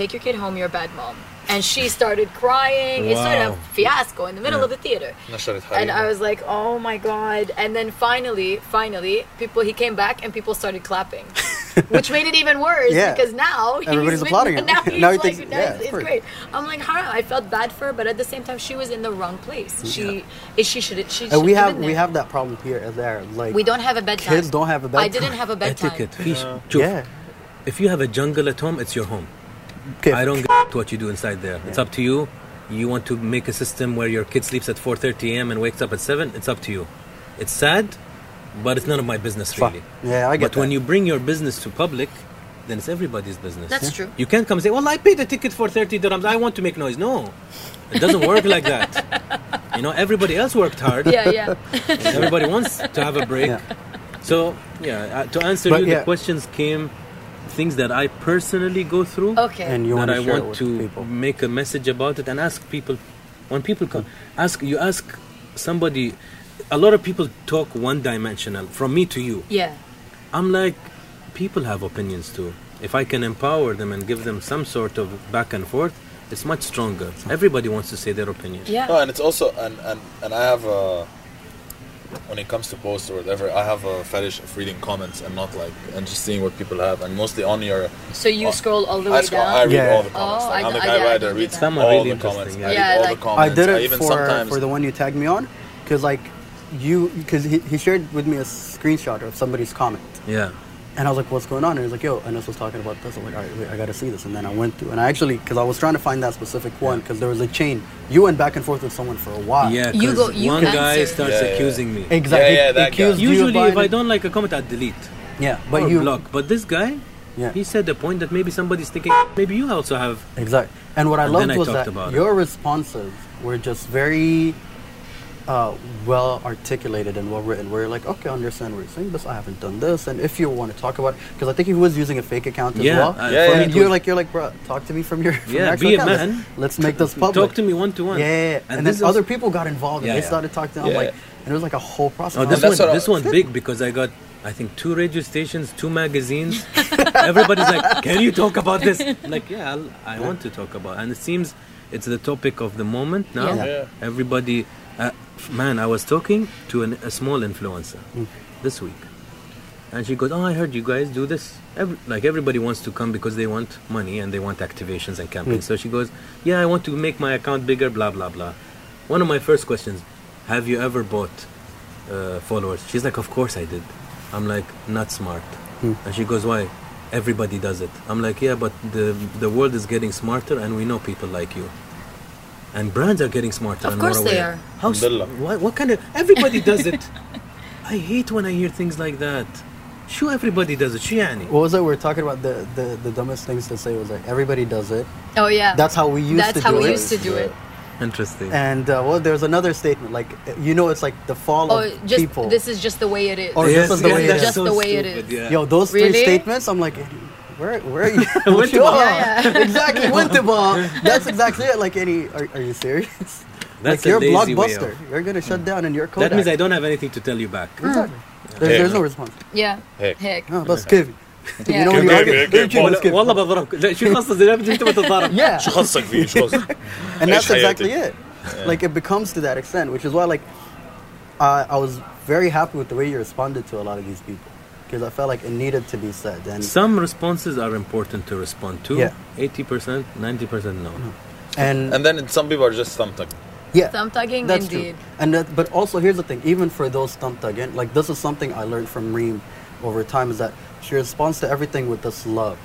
Speaker 4: take your kid home. You're a bad mom." And she started crying. It started a
Speaker 1: Wow.
Speaker 4: fiasco in the middle of the theater.
Speaker 8: نشرت
Speaker 4: And I
Speaker 8: حريم.
Speaker 4: was like, "Oh my god!" And then finally, finally, people he came back and people started
Speaker 7: [LAUGHS]
Speaker 4: clapping, which made it even worse
Speaker 7: Yeah.
Speaker 4: because now he's
Speaker 7: Everybody's
Speaker 4: with-
Speaker 7: applauding him.
Speaker 4: [LAUGHS]
Speaker 7: [LAUGHS]
Speaker 4: Now he's
Speaker 7: Now he
Speaker 4: like,
Speaker 7: thinks-
Speaker 4: now
Speaker 7: yeah,
Speaker 4: it's,
Speaker 7: of
Speaker 4: it's
Speaker 7: course.
Speaker 4: great. I'm like, "Huh?" I felt bad for her, but at the same time, she was in the wrong place. She, she should, she.
Speaker 7: [LAUGHS] and we
Speaker 4: should've
Speaker 7: have
Speaker 4: been
Speaker 7: we
Speaker 4: there.
Speaker 7: have that problem here and there. Like
Speaker 4: We don't have a bedtime.
Speaker 7: Kids don't have a
Speaker 4: I
Speaker 7: bedtime.
Speaker 4: didn't have
Speaker 7: [LAUGHS]
Speaker 4: a bedtime.
Speaker 1: Etiquette. Fish. Shuf,
Speaker 7: Yeah.
Speaker 1: If you have a jungle at home, it's your home.
Speaker 7: Okay.
Speaker 1: I don't get what you do inside there. It's up to you. You want to make a system where your kid sleeps at 4:30 a.m. and wakes up at 7? It's up to you. It's sad, but it's none of my business
Speaker 7: Fuck.
Speaker 1: really.
Speaker 7: Yeah, I get
Speaker 1: But when
Speaker 7: that.
Speaker 1: you bring your business to public, then it's everybody's business.
Speaker 4: That's Yeah. true.
Speaker 1: You can't come say, "Well, I paid the ticket for 30 dirhams. I want to make noise." No. It doesn't work like
Speaker 4: [LAUGHS]
Speaker 1: that. You know, everybody else worked hard.
Speaker 4: Yeah,
Speaker 7: [LAUGHS]
Speaker 4: yeah.
Speaker 1: Everybody wants to have a break.
Speaker 7: Yeah.
Speaker 1: So, yeah, uh, to answer
Speaker 7: But
Speaker 1: you,
Speaker 7: yeah.
Speaker 1: the questions came things that I personally go through
Speaker 4: Okay.
Speaker 7: And you
Speaker 1: that
Speaker 7: want
Speaker 1: I
Speaker 7: to share it
Speaker 1: want
Speaker 7: with
Speaker 1: to
Speaker 7: people.
Speaker 1: make a message about it and ask people. When people come, ask you ask somebody. A lot of people talk one-dimensional from me to you.
Speaker 4: yeah.
Speaker 1: I'm like, people have opinions too. If I can empower them and give them some sort of back and forth, it's much stronger. Everybody wants to say their opinion.
Speaker 4: Yeah.
Speaker 8: No, Oh, and it's also and and and I have a. When it comes to posts or whatever, I have a fetish of reading comments and not like and just seeing what people have and mostly on your.
Speaker 4: so you
Speaker 8: Oh,
Speaker 4: scroll all the
Speaker 8: I,
Speaker 4: way
Speaker 8: scroll,
Speaker 4: down.
Speaker 8: I read
Speaker 7: Yeah.
Speaker 8: all the comments.
Speaker 4: Oh,
Speaker 8: like,
Speaker 4: I
Speaker 8: I'm the
Speaker 4: d-
Speaker 8: guy
Speaker 4: yeah, I
Speaker 8: writer
Speaker 4: didn't do
Speaker 8: reads
Speaker 4: that.
Speaker 1: Some are
Speaker 8: all
Speaker 1: really
Speaker 8: the comments.
Speaker 1: interesting,
Speaker 8: I read
Speaker 4: yeah. Yeah,
Speaker 8: all
Speaker 4: like-
Speaker 8: the
Speaker 7: I
Speaker 8: comments.
Speaker 7: did
Speaker 8: I
Speaker 7: it
Speaker 8: even
Speaker 7: for,
Speaker 8: sometimes
Speaker 7: for the one you tagged me on, because like you, because he, he shared with me a screenshot of somebody's comment,
Speaker 1: Yeah.
Speaker 7: and I was like, "What's going on?" And he was like, "Yo," and this was talking about this. I'm like, "All right, wait, I gotta see this." And then I went through, and I actually, because I was trying to find that specific one, because there was a chain. You went back and forth with someone for a while.
Speaker 1: Yeah.
Speaker 4: You
Speaker 1: 'cause
Speaker 4: go- you
Speaker 1: one guy
Speaker 4: answer.
Speaker 1: starts
Speaker 8: Yeah, yeah.
Speaker 1: accusing me.
Speaker 7: exactly.
Speaker 8: Yeah, yeah,
Speaker 7: He
Speaker 8: that guy.
Speaker 7: accused you of
Speaker 1: Usually, if
Speaker 7: buying-
Speaker 1: I don't like a comment, I delete.
Speaker 7: yeah,
Speaker 1: but
Speaker 7: but you
Speaker 1: block. But this guy,
Speaker 7: Yeah.
Speaker 1: he said the point that maybe somebody's thinking, maybe you also have.
Speaker 7: Exactly. And what I
Speaker 1: And then
Speaker 7: loved
Speaker 1: I
Speaker 7: was
Speaker 1: talked
Speaker 7: that
Speaker 1: about it.
Speaker 7: your responses were just very uh, well articulated and well written. Where you're like, okay, I understand what you're saying, but I haven't done this. And if you want to talk about, because I think he was using a fake account as
Speaker 1: Yeah,
Speaker 7: well.
Speaker 1: uh,
Speaker 8: Yeah,
Speaker 7: And
Speaker 8: yeah.
Speaker 1: it
Speaker 7: you're
Speaker 1: was-
Speaker 7: like, you're like, bro, talk to me from your from your
Speaker 1: Yeah,
Speaker 7: actual
Speaker 1: be a
Speaker 7: account. Let's-
Speaker 1: man.
Speaker 7: Let's make this public.
Speaker 1: Talk to me one to
Speaker 7: Yeah,
Speaker 1: one.
Speaker 7: yeah, yeah. And,
Speaker 1: this
Speaker 7: then
Speaker 1: is-
Speaker 7: other people got involved
Speaker 1: Yeah,
Speaker 7: and they
Speaker 1: yeah.
Speaker 7: started talking. I'm
Speaker 8: Yeah,
Speaker 7: like,
Speaker 8: yeah.
Speaker 7: and it was like a whole process.
Speaker 1: Oh,
Speaker 7: And
Speaker 1: this
Speaker 7: I
Speaker 8: that's
Speaker 7: was
Speaker 1: one,
Speaker 8: what I-
Speaker 1: this one big because I got, I think, two radio stations, two magazines. Everybody's like, "Can you talk about this?" I'm like, yeah, I'll, I want to talk about, and it seems it's the topic of the moment now.
Speaker 4: Yeah.
Speaker 8: Yeah.
Speaker 1: Everybody, uh, f- man, I was talking to an, a small influencer this week, and she goes, "Oh, I heard you guys do this. Every, like everybody wants to come because they want money and they want activations and campaigns." So she goes, "Yeah, I want to make my account bigger." Blah blah blah. One of my first questions: Have you ever bought uh, followers. She's like, of course I did. I'm like, not smart. And she goes, why? Everybody does it. I'm like, yeah, but the the world is getting smarter, and we know people like you. And brands are getting smarter.
Speaker 4: Of
Speaker 1: and
Speaker 4: course
Speaker 1: more
Speaker 4: they
Speaker 1: aware.
Speaker 4: are.
Speaker 1: How? s-
Speaker 8: Alhamdulillah.
Speaker 1: What, what kind of? Everybody does
Speaker 4: [LAUGHS]
Speaker 1: it. I hate when I hear things like that. Sure, everybody does it. She يعني.
Speaker 7: What was it? We were talking about the, the, the dumbest things to say was like, everybody does it.
Speaker 4: Oh yeah.
Speaker 7: That's how we used
Speaker 4: That's
Speaker 7: to
Speaker 4: how
Speaker 7: do
Speaker 4: we
Speaker 7: it.
Speaker 4: used to do it.
Speaker 1: Interesting.
Speaker 7: And uh, well, there's another statement like you know, it's like the fall
Speaker 4: Or
Speaker 7: of
Speaker 4: Oh, just
Speaker 7: people.
Speaker 4: this is just the way it is.
Speaker 7: Or this is the
Speaker 4: This
Speaker 7: way it is.
Speaker 4: just the way it
Speaker 1: stupid,
Speaker 4: is.
Speaker 1: yeah.
Speaker 7: Yo, those three
Speaker 4: Really?
Speaker 7: statements, I'm like, where, [LAUGHS] where are
Speaker 1: [LAUGHS]
Speaker 7: you?
Speaker 1: Winterball.
Speaker 7: Sure.
Speaker 4: Yeah, yeah.
Speaker 7: exactly, Winterball. That's exactly it. Like, any, are, are you serious?
Speaker 1: That's
Speaker 7: like, you're
Speaker 1: a lazy way
Speaker 7: blockbuster.
Speaker 1: of-
Speaker 7: You're gonna shut down, and you're Kodak.
Speaker 1: That means I don't have anything to tell you back.
Speaker 7: Exactly. There's,
Speaker 8: Yeah.
Speaker 7: there's no response.
Speaker 4: Yeah.
Speaker 8: Heck.
Speaker 4: Heck.
Speaker 7: No, بس كيف
Speaker 4: Yeah.
Speaker 7: Ah, You know when
Speaker 8: كيف-
Speaker 7: you're
Speaker 8: كيف-
Speaker 7: arguing,
Speaker 8: كيف-
Speaker 7: "Hey,
Speaker 1: والله
Speaker 7: let's give-"
Speaker 1: والله بضربك [LAUGHS] لا شو قصدي زي ما بدي- انت ما تتضارب
Speaker 7: Yeah,
Speaker 8: شو خصك فيه شو خصك
Speaker 7: and that's
Speaker 8: إيش
Speaker 7: exactly
Speaker 8: حياتك؟
Speaker 7: it. Like it becomes to that extent, which is why like I I was very happy with the way you responded to a lot of these people because I felt like it needed to be said. And
Speaker 1: Some responses are important to respond to.
Speaker 7: Yeah.
Speaker 1: 80%, 90% no.
Speaker 7: and,
Speaker 8: and then it- some people are just thumping
Speaker 7: yeah,
Speaker 4: Thumb tugging,
Speaker 7: that's
Speaker 4: indeed.
Speaker 7: true. And that, but also here's the thing: even for those thumped again, like this is something I learned from Reem over time is that she responds to everything with this love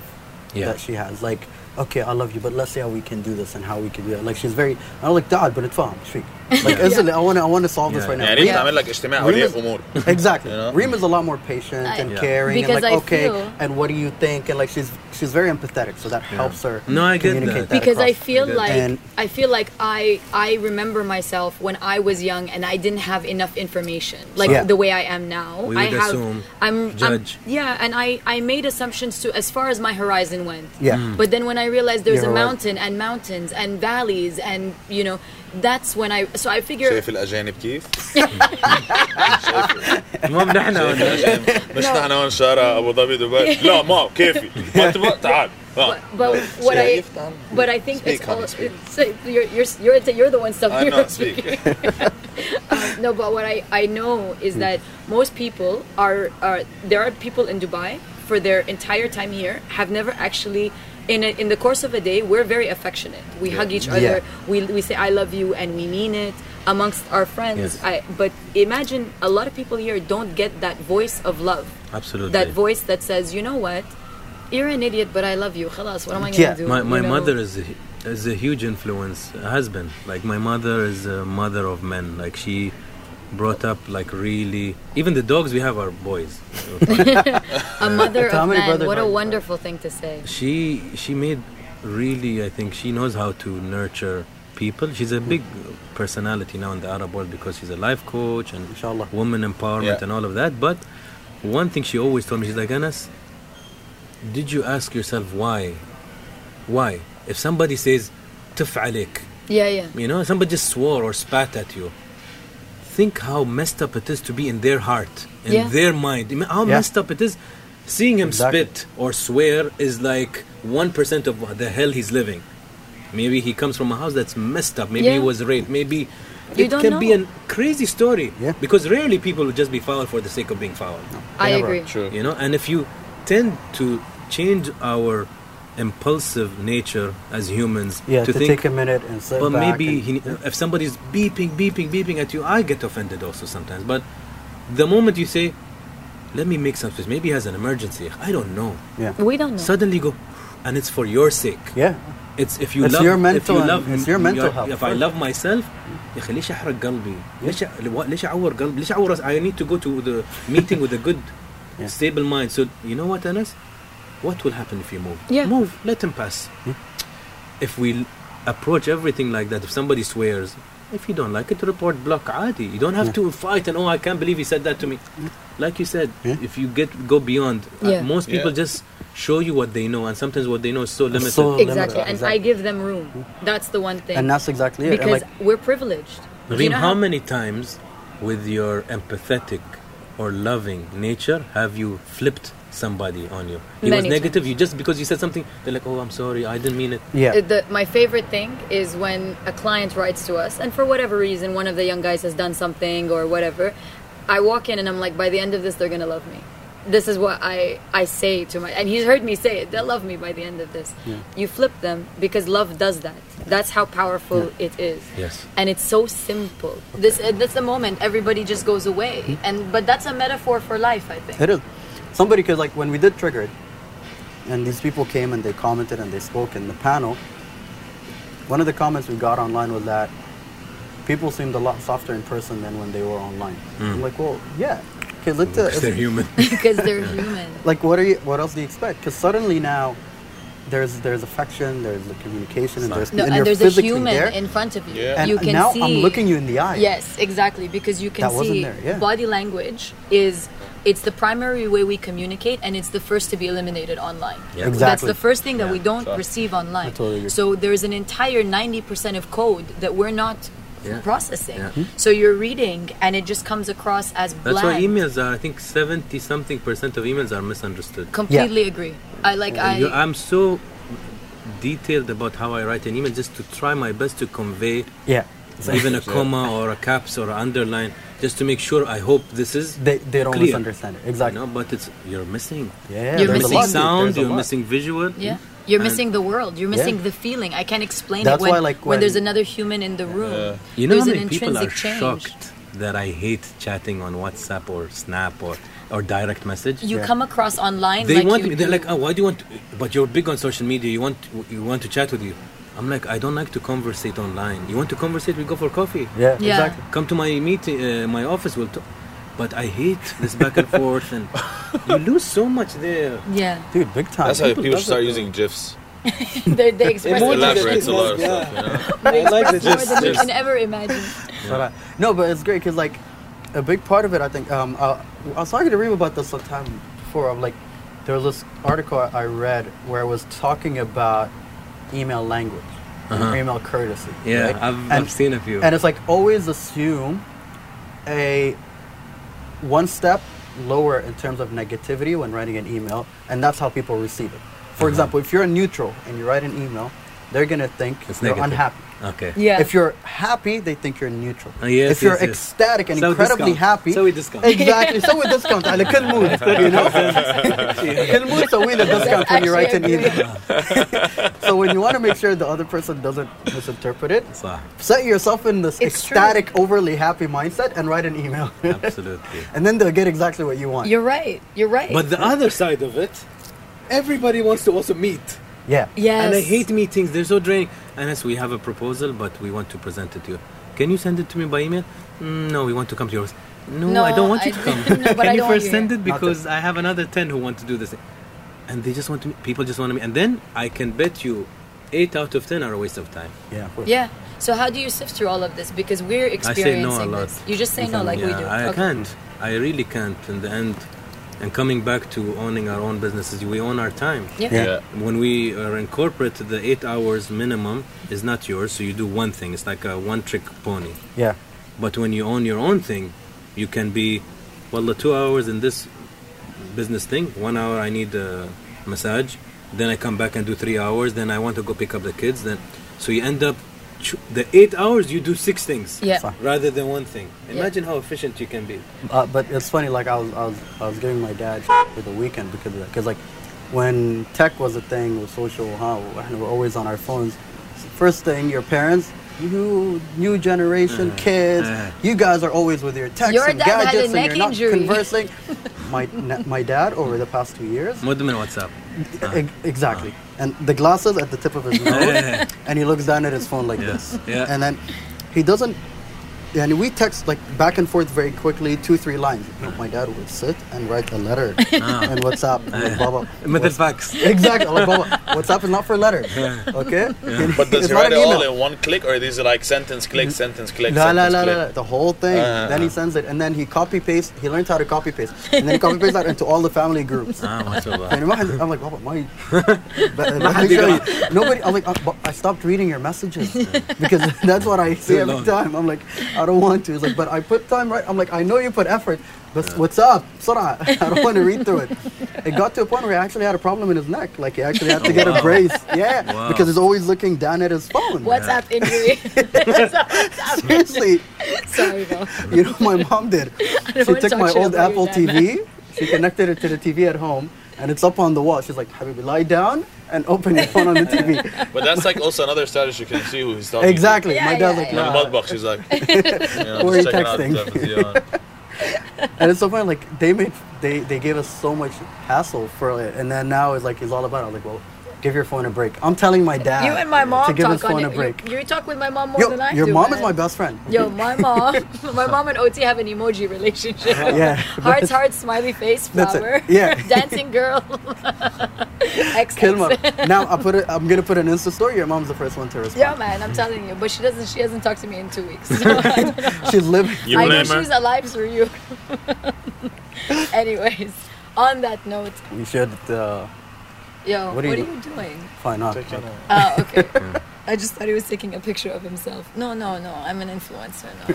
Speaker 1: Yeah.
Speaker 7: that she has. Like, okay, I love you, but let's see how we can do this and how we can do that. Like she's very, I don't like dad, but it's fine.
Speaker 4: [LAUGHS]
Speaker 7: She, like instantly, I want to, I want to solve this
Speaker 1: Yeah.
Speaker 7: right now.
Speaker 8: يعني ليه
Speaker 4: Yeah.
Speaker 8: تعمل لك اجتماع
Speaker 7: Reem
Speaker 8: اولياء
Speaker 7: is-
Speaker 8: امور
Speaker 7: [LAUGHS]
Speaker 1: [LAUGHS]
Speaker 7: exactly.
Speaker 8: You know?
Speaker 7: Reem is a lot more patient
Speaker 4: I-
Speaker 7: and
Speaker 1: Yeah.
Speaker 7: caring and
Speaker 4: Because
Speaker 7: like
Speaker 4: I
Speaker 7: okay,
Speaker 4: feel-
Speaker 7: and what do you think? And like she's she's very empathetic, so that helps her.
Speaker 1: No, I get
Speaker 7: communicate
Speaker 1: that.
Speaker 4: because I
Speaker 7: across.
Speaker 4: feel
Speaker 1: Good.
Speaker 4: like
Speaker 7: And-
Speaker 4: I feel like I I remember myself when I was young and I didn't have enough information like
Speaker 7: Yeah.
Speaker 4: the way I am now.
Speaker 1: We
Speaker 4: I
Speaker 1: would
Speaker 4: have
Speaker 1: assume,
Speaker 4: I'm
Speaker 1: judge.
Speaker 4: I'm, yeah, and I I made assumptions to as far as my horizon went.
Speaker 7: Yeah. Mm.
Speaker 4: But then when I realized there's
Speaker 7: Your
Speaker 4: a
Speaker 7: horizon.
Speaker 4: mountain and mountains and valleys and you know that's when I so I figure
Speaker 8: شايف الاجانب
Speaker 4: [LAUGHS]
Speaker 8: كيف؟
Speaker 1: المهم نحن
Speaker 8: مش
Speaker 4: No.
Speaker 8: نحن هون شارع ابو ظبي دبي لا ما
Speaker 7: [LAUGHS]
Speaker 8: كافي ما تبقى تعال آه.
Speaker 4: but, but what I
Speaker 8: شايف تعال.
Speaker 4: but I think
Speaker 8: Speak,
Speaker 4: it's all
Speaker 8: honey, speak.
Speaker 4: so you're you're you're the, you're the one stuck
Speaker 8: I'm
Speaker 4: here.
Speaker 8: not speaking. [LAUGHS]
Speaker 4: [LAUGHS] No, but what I, I know is
Speaker 8: Hmm.
Speaker 4: that most people are, are there are people in Dubai for their entire time here have never actually in a, in the course of a day we're very affectionate. We hug each other. We, we say I love you and we mean it amongst our friends.
Speaker 1: Yes.
Speaker 4: I, but imagine a lot of people here don't get that voice of love.
Speaker 1: Absolutely.
Speaker 4: That voice that says, you know what, you're an idiot, but I love you. Khalas, what am I gonna
Speaker 7: Yeah.
Speaker 4: do?
Speaker 1: my, my
Speaker 4: You know?
Speaker 1: mother is a, hu- is a huge influence a husband like my mother is a mother of men like she brought up like really even the dogs we have are boys
Speaker 4: a mother
Speaker 7: How
Speaker 4: of
Speaker 7: many
Speaker 4: man.
Speaker 7: brothers
Speaker 4: What
Speaker 7: are
Speaker 4: a
Speaker 7: you?
Speaker 4: wonderful thing to say.
Speaker 1: she she made really i think she knows how to nurture people she's a big personality now in the arab world because she's a life coach and
Speaker 7: Inshallah.
Speaker 1: woman empowerment
Speaker 8: Yeah.
Speaker 1: and all of that but one thing she always told me she's like anas did you ask yourself why why if somebody says تفعلك
Speaker 4: Yeah, yeah.
Speaker 1: you know somebody just swore or spat at you think how messed up it is to be in their heart in
Speaker 4: Yeah.
Speaker 1: their mind Ima- how
Speaker 7: Yeah.
Speaker 1: messed up it is seeing him
Speaker 7: Exactly.
Speaker 1: spit or swear is like 1% of what the hell he's living maybe he comes from a house that's messed up maybe he
Speaker 4: Yeah.
Speaker 1: was raped maybe
Speaker 4: You
Speaker 1: it
Speaker 4: don't
Speaker 1: can be
Speaker 4: know.
Speaker 1: a crazy story
Speaker 7: Yeah.
Speaker 1: because rarely people will just be foul for the sake of being foul
Speaker 4: I
Speaker 7: Never.
Speaker 4: agree.
Speaker 8: True.
Speaker 1: you know and if you tend to change our impulsive nature as humans
Speaker 7: Yeah,
Speaker 1: to,
Speaker 7: to,
Speaker 1: think
Speaker 7: take a minute and sit
Speaker 1: but
Speaker 7: back
Speaker 1: maybe
Speaker 7: and-
Speaker 1: he, if somebody's beeping, beeping, beeping at you, I get offended also sometimes. But the moment you say, "Let me make some space," maybe he has an emergency. I don't know.
Speaker 7: yeah,
Speaker 4: We don't know.
Speaker 1: Suddenly you go, and it's for your sake.
Speaker 7: yeah,
Speaker 1: It's if you
Speaker 7: It's
Speaker 1: love,
Speaker 7: your
Speaker 1: if you
Speaker 7: mental-
Speaker 1: love,
Speaker 7: it's your mental
Speaker 1: your-
Speaker 7: health
Speaker 1: If I
Speaker 7: first.
Speaker 1: love myself, يا أخي ليش أحرق قلبي؟ ليش ليش أعور قلبي؟ ليش أعور رأس- I need to go to the meeting with a good,
Speaker 7: Yeah.
Speaker 1: stable mind. So you know what, Anas? What will happen if you move?
Speaker 4: Yeah.
Speaker 1: Move. Let him pass. If we approach everything like that, if somebody swears, if you don't like it, report block عادي. You don't have to fight and oh, I can't believe he said that to me. Like you said, if you get go beyond, uh,
Speaker 4: Yeah.
Speaker 1: most people
Speaker 8: Yeah.
Speaker 1: just show you what they know, and sometimes what they know is so limited.
Speaker 7: so
Speaker 4: exactly
Speaker 7: limited.
Speaker 4: and i give them room that's the one thing
Speaker 7: and that's exactly it.
Speaker 4: because
Speaker 7: and like,
Speaker 4: we're privileged You
Speaker 1: Reem,
Speaker 4: know
Speaker 1: how many times with your empathetic or loving nature have you flipped somebody on you? He was
Speaker 4: Many
Speaker 1: negative, you just because you said something, they're like, oh, I'm sorry, I didn't mean it.
Speaker 7: yeah,
Speaker 4: Uh, the, my favorite thing is when a client writes to us and for whatever reason one of the young guys has done something or whatever i walk in and i'm like by the end of this they're gonna love me this is what i i say to my and he's heard me say it they'll love me by the end of this you flip them because love does that that's how powerful it is
Speaker 1: Yes.
Speaker 4: and it's so simple this uh, that's the moment everybody just goes away and but that's a metaphor for life i think
Speaker 7: Hmm? It is. Somebody, because like when we did Triggered, and these people came and they commented and they spoke in the panel, one of the comments we got online was that people seemed a lot softer in person than when they were online. I'm like, well, yeah. Because it's,
Speaker 1: Mm.
Speaker 7: a-
Speaker 1: Because they're
Speaker 4: [LAUGHS]
Speaker 7: it's
Speaker 1: human.
Speaker 7: [LAUGHS]
Speaker 4: because they're human
Speaker 7: like, what are you? What else do you expect? Because suddenly now, there's there's affection, there's the communication, and there's
Speaker 4: No,
Speaker 7: and,
Speaker 4: and
Speaker 7: you're
Speaker 4: there's a
Speaker 7: physically
Speaker 4: human
Speaker 7: there.
Speaker 4: in front of you.
Speaker 8: Yeah.
Speaker 7: and
Speaker 4: You can
Speaker 7: now
Speaker 4: see.
Speaker 7: I'm looking you in the eye.
Speaker 4: Yes, exactly. Because you can
Speaker 7: That wasn't
Speaker 4: see
Speaker 7: there, yeah.
Speaker 4: body language is it's the primary way we communicate, and it's the first to be eliminated online.
Speaker 10: Yeah.
Speaker 4: That's
Speaker 7: Exactly.
Speaker 4: the first thing that we
Speaker 10: Yeah.
Speaker 4: don't
Speaker 8: So-
Speaker 4: receive online.
Speaker 7: I totally agree.
Speaker 4: So there's an entire 90% of code that we're not
Speaker 10: Yeah.
Speaker 4: processing.
Speaker 10: Yeah.
Speaker 4: So you're reading, and it just comes across as blank.
Speaker 10: That's why emails are. I think seventy something percent of emails are misunderstood.
Speaker 4: Completely agree. I like I.
Speaker 10: Uh, You- I'm so detailed about how I write an email just to try my best to convey
Speaker 7: Yeah.
Speaker 10: even a comma or a caps or an underline just to make sure I hope this is
Speaker 7: They, they don't
Speaker 10: Clear.
Speaker 7: misunderstand it. Exactly.
Speaker 10: No, but it's you're missing.
Speaker 7: Yeah.
Speaker 4: You're
Speaker 10: You're
Speaker 7: there's a
Speaker 10: missing
Speaker 7: lot,
Speaker 4: missing
Speaker 7: dude,
Speaker 10: sound.
Speaker 7: there's a
Speaker 10: You're
Speaker 7: lot.
Speaker 10: missing visual.
Speaker 4: Yeah. You're
Speaker 10: And-
Speaker 4: missing the world. You're missing
Speaker 7: Yeah.
Speaker 4: the feeling. I can't explain
Speaker 7: That's
Speaker 4: it when,
Speaker 7: why, like,
Speaker 4: when, there's
Speaker 7: when-
Speaker 4: another human in the room.
Speaker 10: You know
Speaker 4: there's
Speaker 10: how
Speaker 4: an
Speaker 10: many people are
Speaker 4: intrinsic change.
Speaker 10: shocked that I hate chatting on WhatsApp or Snap or or direct message.
Speaker 4: You
Speaker 7: Yeah.
Speaker 4: come across online.
Speaker 10: they
Speaker 4: like
Speaker 10: want
Speaker 4: you
Speaker 10: me. They're
Speaker 4: do.
Speaker 10: like, oh, why do you want? But you're big on social media. You want you want to chat with you. I'm like, I don't like to conversate online. You want to conversate? We go for coffee.
Speaker 7: Yeah,
Speaker 4: Yeah.
Speaker 7: exactly.
Speaker 10: Come to my meeting, uh, my office. We'll talk. But I hate this back and forth,
Speaker 7: [LAUGHS]
Speaker 10: and you lose so much there. [LAUGHS]
Speaker 4: yeah, [LAUGHS]
Speaker 7: Dude, big time.
Speaker 8: That's how people
Speaker 10: love
Speaker 8: should start
Speaker 10: it,
Speaker 8: using GIFs.
Speaker 4: they, they express
Speaker 8: It
Speaker 10: Emojis.
Speaker 4: more
Speaker 8: elaborates a lot of
Speaker 10: Yeah.
Speaker 8: stuff. You know?
Speaker 10: I like the
Speaker 4: than you
Speaker 10: gist.
Speaker 4: can ever
Speaker 10: [LAUGHS]
Speaker 4: imagine.
Speaker 7: But I- no, but it's great because like a big part of it, I think. Um, I, I was talking to Reem about this sometime before. I'm like, there was this article I I read where I was talking about email language, and
Speaker 10: Uh-huh.
Speaker 7: email courtesy.
Speaker 10: Yeah,
Speaker 7: right?
Speaker 10: I've,
Speaker 7: and,
Speaker 10: I've seen a few.
Speaker 7: and it's like always assume a one step lower in terms of negativity when writing an email, and that's how people receive it.
Speaker 10: Uh-huh.
Speaker 7: For example, if you're a neutral and you write an email, they're gonna think
Speaker 10: It's
Speaker 7: you're
Speaker 10: negative.
Speaker 7: unhappy.
Speaker 10: okay.
Speaker 4: Yeah.
Speaker 7: If you're happy, they think you're neutral.
Speaker 10: Uh, yes,
Speaker 7: if you're
Speaker 10: yes, yes.
Speaker 7: ecstatic and
Speaker 10: So we
Speaker 7: incredibly
Speaker 10: discount.
Speaker 7: happy,
Speaker 10: So we discount.
Speaker 7: Exactly. so with discount, and can
Speaker 10: [LAUGHS]
Speaker 7: mood, you know. Can mood, so we the discount when you write an
Speaker 4: actually
Speaker 10: [LAUGHS]
Speaker 7: email. [LAUGHS] so when you want to make sure the other person doesn't misinterpret it,
Speaker 10: صح.
Speaker 7: set yourself in this
Speaker 4: It's true.
Speaker 7: ecstatic, overly happy mindset and write an email, [LAUGHS]
Speaker 10: Absolutely.
Speaker 7: and then they'll get exactly what you want.
Speaker 4: You're right. You're right.
Speaker 10: But the other side of it, everybody wants to also meet.
Speaker 7: yeah.
Speaker 4: yes.
Speaker 10: And I hate meetings. They're so draining. Anas, we have a proposal, but we want to present it to you. Can you send it to me by email? Mm, no, we want to come to yours. No,
Speaker 4: No,
Speaker 10: I don't want you
Speaker 4: I-
Speaker 10: to
Speaker 4: [LAUGHS]
Speaker 10: come.
Speaker 4: no, but
Speaker 10: Can
Speaker 4: I
Speaker 10: you
Speaker 4: don't want
Speaker 10: first
Speaker 4: you
Speaker 10: send
Speaker 4: here."
Speaker 10: it because I have another ten who want to do this. And they just want to. Meet. People just want to meet. And then I can bet you, eight out of ten are a waste of time.
Speaker 7: Yeah. of course.
Speaker 4: Yeah. So how do you sift through all of this? Because we're
Speaker 10: no a
Speaker 4: experiencing
Speaker 10: lot.
Speaker 4: this. You just say no, like
Speaker 10: yeah,
Speaker 4: we do.
Speaker 10: I
Speaker 4: Okay.
Speaker 10: can't. I really can't. In the end, and coming back to owning our own businesses, we own our time.
Speaker 4: Yeah.
Speaker 7: Yeah.
Speaker 8: Yeah.
Speaker 10: When we are in corporate, the eight hours minimum is not yours, so you do one thing. It's like a one trick pony.
Speaker 7: Yeah.
Speaker 10: But when you own your own thing, you can be, well, the two hours in this business thing, one hour I need a massage, then I come back and do three hours, then I want to go pick up the kids. Then, So you end up, cho- the eight hours, you do six things
Speaker 4: Yeah.
Speaker 7: Fine.
Speaker 10: rather than one thing.
Speaker 4: Yeah.
Speaker 10: Imagine how efficient you can be.
Speaker 7: Uh, but it's funny, like I was, I was, I was giving my dad for the weekend because of that. Because like, when tech was a thing with social, huh, and we're always on our phones. First thing, your parents, you new generation kids,
Speaker 10: uh.
Speaker 7: you guys are always with your texts
Speaker 4: Your
Speaker 7: and
Speaker 4: dad had a
Speaker 7: gadgets, and
Speaker 4: neck
Speaker 7: you're not
Speaker 4: injury. [LAUGHS]
Speaker 7: conversing. my na- my dad over the past two years,
Speaker 10: More than WhatsApp.
Speaker 7: e- exactly. And the glasses at the tip of
Speaker 10: [LAUGHS]
Speaker 7: his nose, and he looks down at his phone like
Speaker 10: Yeah,
Speaker 7: this.
Speaker 10: yeah.
Speaker 7: And then he doesn't. And we text like back and forth very quickly, two three lines. My dad would sit and write a
Speaker 10: [LAUGHS]
Speaker 7: letter
Speaker 10: Ah.
Speaker 7: and WhatsApp, and blah blah.
Speaker 10: Middle
Speaker 7: What's-
Speaker 10: facts.
Speaker 7: [LAUGHS] Exactly. Like, blah, blah. WhatsApp is not for letter. Okay.
Speaker 8: But does
Speaker 7: It's
Speaker 8: he
Speaker 7: not
Speaker 8: write
Speaker 7: an
Speaker 8: it all
Speaker 7: email.
Speaker 8: in one click, or is it like sentence click, sentence click,
Speaker 7: La la
Speaker 8: sentence
Speaker 7: la la,
Speaker 8: click?
Speaker 7: la, the whole thing.
Speaker 8: Ah.
Speaker 7: then he sends it, and then he copy paste. He learns how to copy paste, and then he copy paste that into all the family groups.
Speaker 10: Ah, ما
Speaker 7: [LAUGHS]
Speaker 10: شاء الله.
Speaker 7: And in my head, I'm like, Baba,
Speaker 10: [LAUGHS]
Speaker 7: my, but, let me show you. Nobody, I'm like, uh, but I stopped reading your messages because [LAUGHS] that's what I see
Speaker 10: Too
Speaker 7: every
Speaker 10: long.
Speaker 7: time. I'm like, I don't want to. It's like, but I put time right. I'm like, I know you put effort, but what's up? Sora, [LAUGHS] I don't want to read through it. It got to a point where he actually had a problem in his neck. Like, he actually had to get a
Speaker 10: [LAUGHS] Wow.
Speaker 7: brace. Yeah,
Speaker 10: Wow.
Speaker 7: because he's always looking down at his phone.
Speaker 4: WhatsApp
Speaker 10: [LAUGHS]
Speaker 4: injury.
Speaker 7: [LAUGHS]
Speaker 4: [LAUGHS]
Speaker 7: Seriously,
Speaker 4: Sorry though.
Speaker 7: you know, my mom
Speaker 4: [LAUGHS]
Speaker 7: did.
Speaker 4: don't
Speaker 7: She
Speaker 4: wanna
Speaker 7: took
Speaker 4: talk
Speaker 7: my
Speaker 4: shit
Speaker 7: old
Speaker 4: about your
Speaker 7: Apple
Speaker 4: dad,
Speaker 7: TV, she connected it to the TV at home, and it's up on the wall. She's like, Habibi, lie down and open your phone on the [LAUGHS] TV.
Speaker 8: But that's like also another status you can see who he's talking
Speaker 7: exactly.
Speaker 4: Yeah,
Speaker 7: my dad's
Speaker 4: yeah,
Speaker 7: like,
Speaker 8: to. In the
Speaker 7: "Nah."
Speaker 8: mudbox, she's
Speaker 7: [LAUGHS]
Speaker 8: like, you know,
Speaker 7: Or
Speaker 8: just checking out
Speaker 7: texting.
Speaker 8: stuff and see on.
Speaker 7: And it's so funny, like, they made, they, they gave us so much hassle for it, and then now it's like, it's all about it. I'm like, well, give your phone a break. I'm telling my dad
Speaker 4: you and my mom
Speaker 7: to give
Speaker 4: talk
Speaker 7: his phone
Speaker 4: on
Speaker 7: a
Speaker 4: it.
Speaker 7: break.
Speaker 4: You, you talk with my mom more
Speaker 7: Yo,
Speaker 4: than I
Speaker 7: your
Speaker 4: do.
Speaker 7: mom is
Speaker 4: man.
Speaker 7: my best friend.
Speaker 4: Yo, my mom, [LAUGHS] my mom and OT have an emoji relationship.
Speaker 7: [LAUGHS] Yeah.
Speaker 4: hearts, hearts, smiley face,
Speaker 7: That's it.
Speaker 4: flower,
Speaker 7: Yeah.
Speaker 4: [LAUGHS] dancing
Speaker 7: [LAUGHS]
Speaker 4: girl, X,
Speaker 7: [LAUGHS] Kill
Speaker 4: X. [LAUGHS]
Speaker 7: my. now I put it. I'm gonna put an Insta story. Your mom's the first one to
Speaker 4: Yeah,
Speaker 7: respond.
Speaker 4: man, I'm telling you. But she doesn't. She hasn't talked to me in two weeks. [LAUGHS] So I, don't know.
Speaker 7: She's living.
Speaker 1: You
Speaker 4: I know
Speaker 1: blame her?
Speaker 4: she's alive through you. [LAUGHS] Anyways, on that note,
Speaker 7: We should. Uh,
Speaker 4: yo,
Speaker 7: What
Speaker 4: what
Speaker 7: are
Speaker 4: are,
Speaker 7: you
Speaker 4: you, doing?
Speaker 7: fine. Not.
Speaker 8: Taking a-
Speaker 4: Oh,
Speaker 7: [LAUGHS]
Speaker 4: okay. I just thought he was taking a picture of himself. No, no, no. I'm an influencer. No.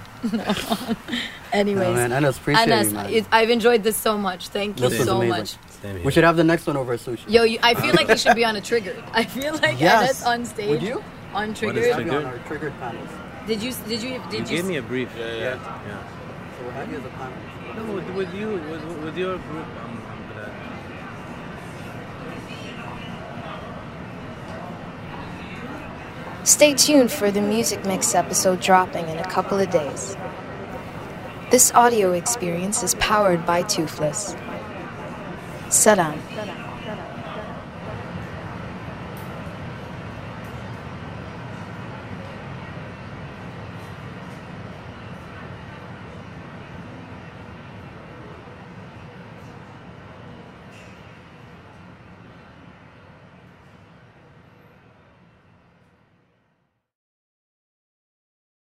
Speaker 1: [LAUGHS]
Speaker 4: [LAUGHS]
Speaker 8: Uh,
Speaker 4: Anyways,
Speaker 7: No, man, Anas, appreciate you,
Speaker 4: Anas,
Speaker 7: man.
Speaker 4: it, I've enjoyed this so much. Thank you
Speaker 7: This was
Speaker 4: so
Speaker 7: amazing.
Speaker 4: much.
Speaker 1: Same here.
Speaker 7: We should have the next one over at sushi.
Speaker 4: Yo, you, I feel like you should be on a trigger. [LAUGHS] I feel like
Speaker 7: Yes.
Speaker 4: Anas on stage.
Speaker 7: Would you?
Speaker 4: On
Speaker 1: is
Speaker 4: trigger.
Speaker 1: trigger?
Speaker 7: Be on our triggered panels.
Speaker 4: Did you? Did you? Did
Speaker 1: You
Speaker 4: you?
Speaker 1: gave me a brief.
Speaker 8: yeah, yeah.
Speaker 1: Yeah.
Speaker 7: So we'll have you as a panelist.
Speaker 1: No, with, with you, with, with your group, I'm, I'm glad.
Speaker 9: Stay tuned for the Music Mix episode dropping in a couple of days. This audio experience is powered by Toothless. Salam.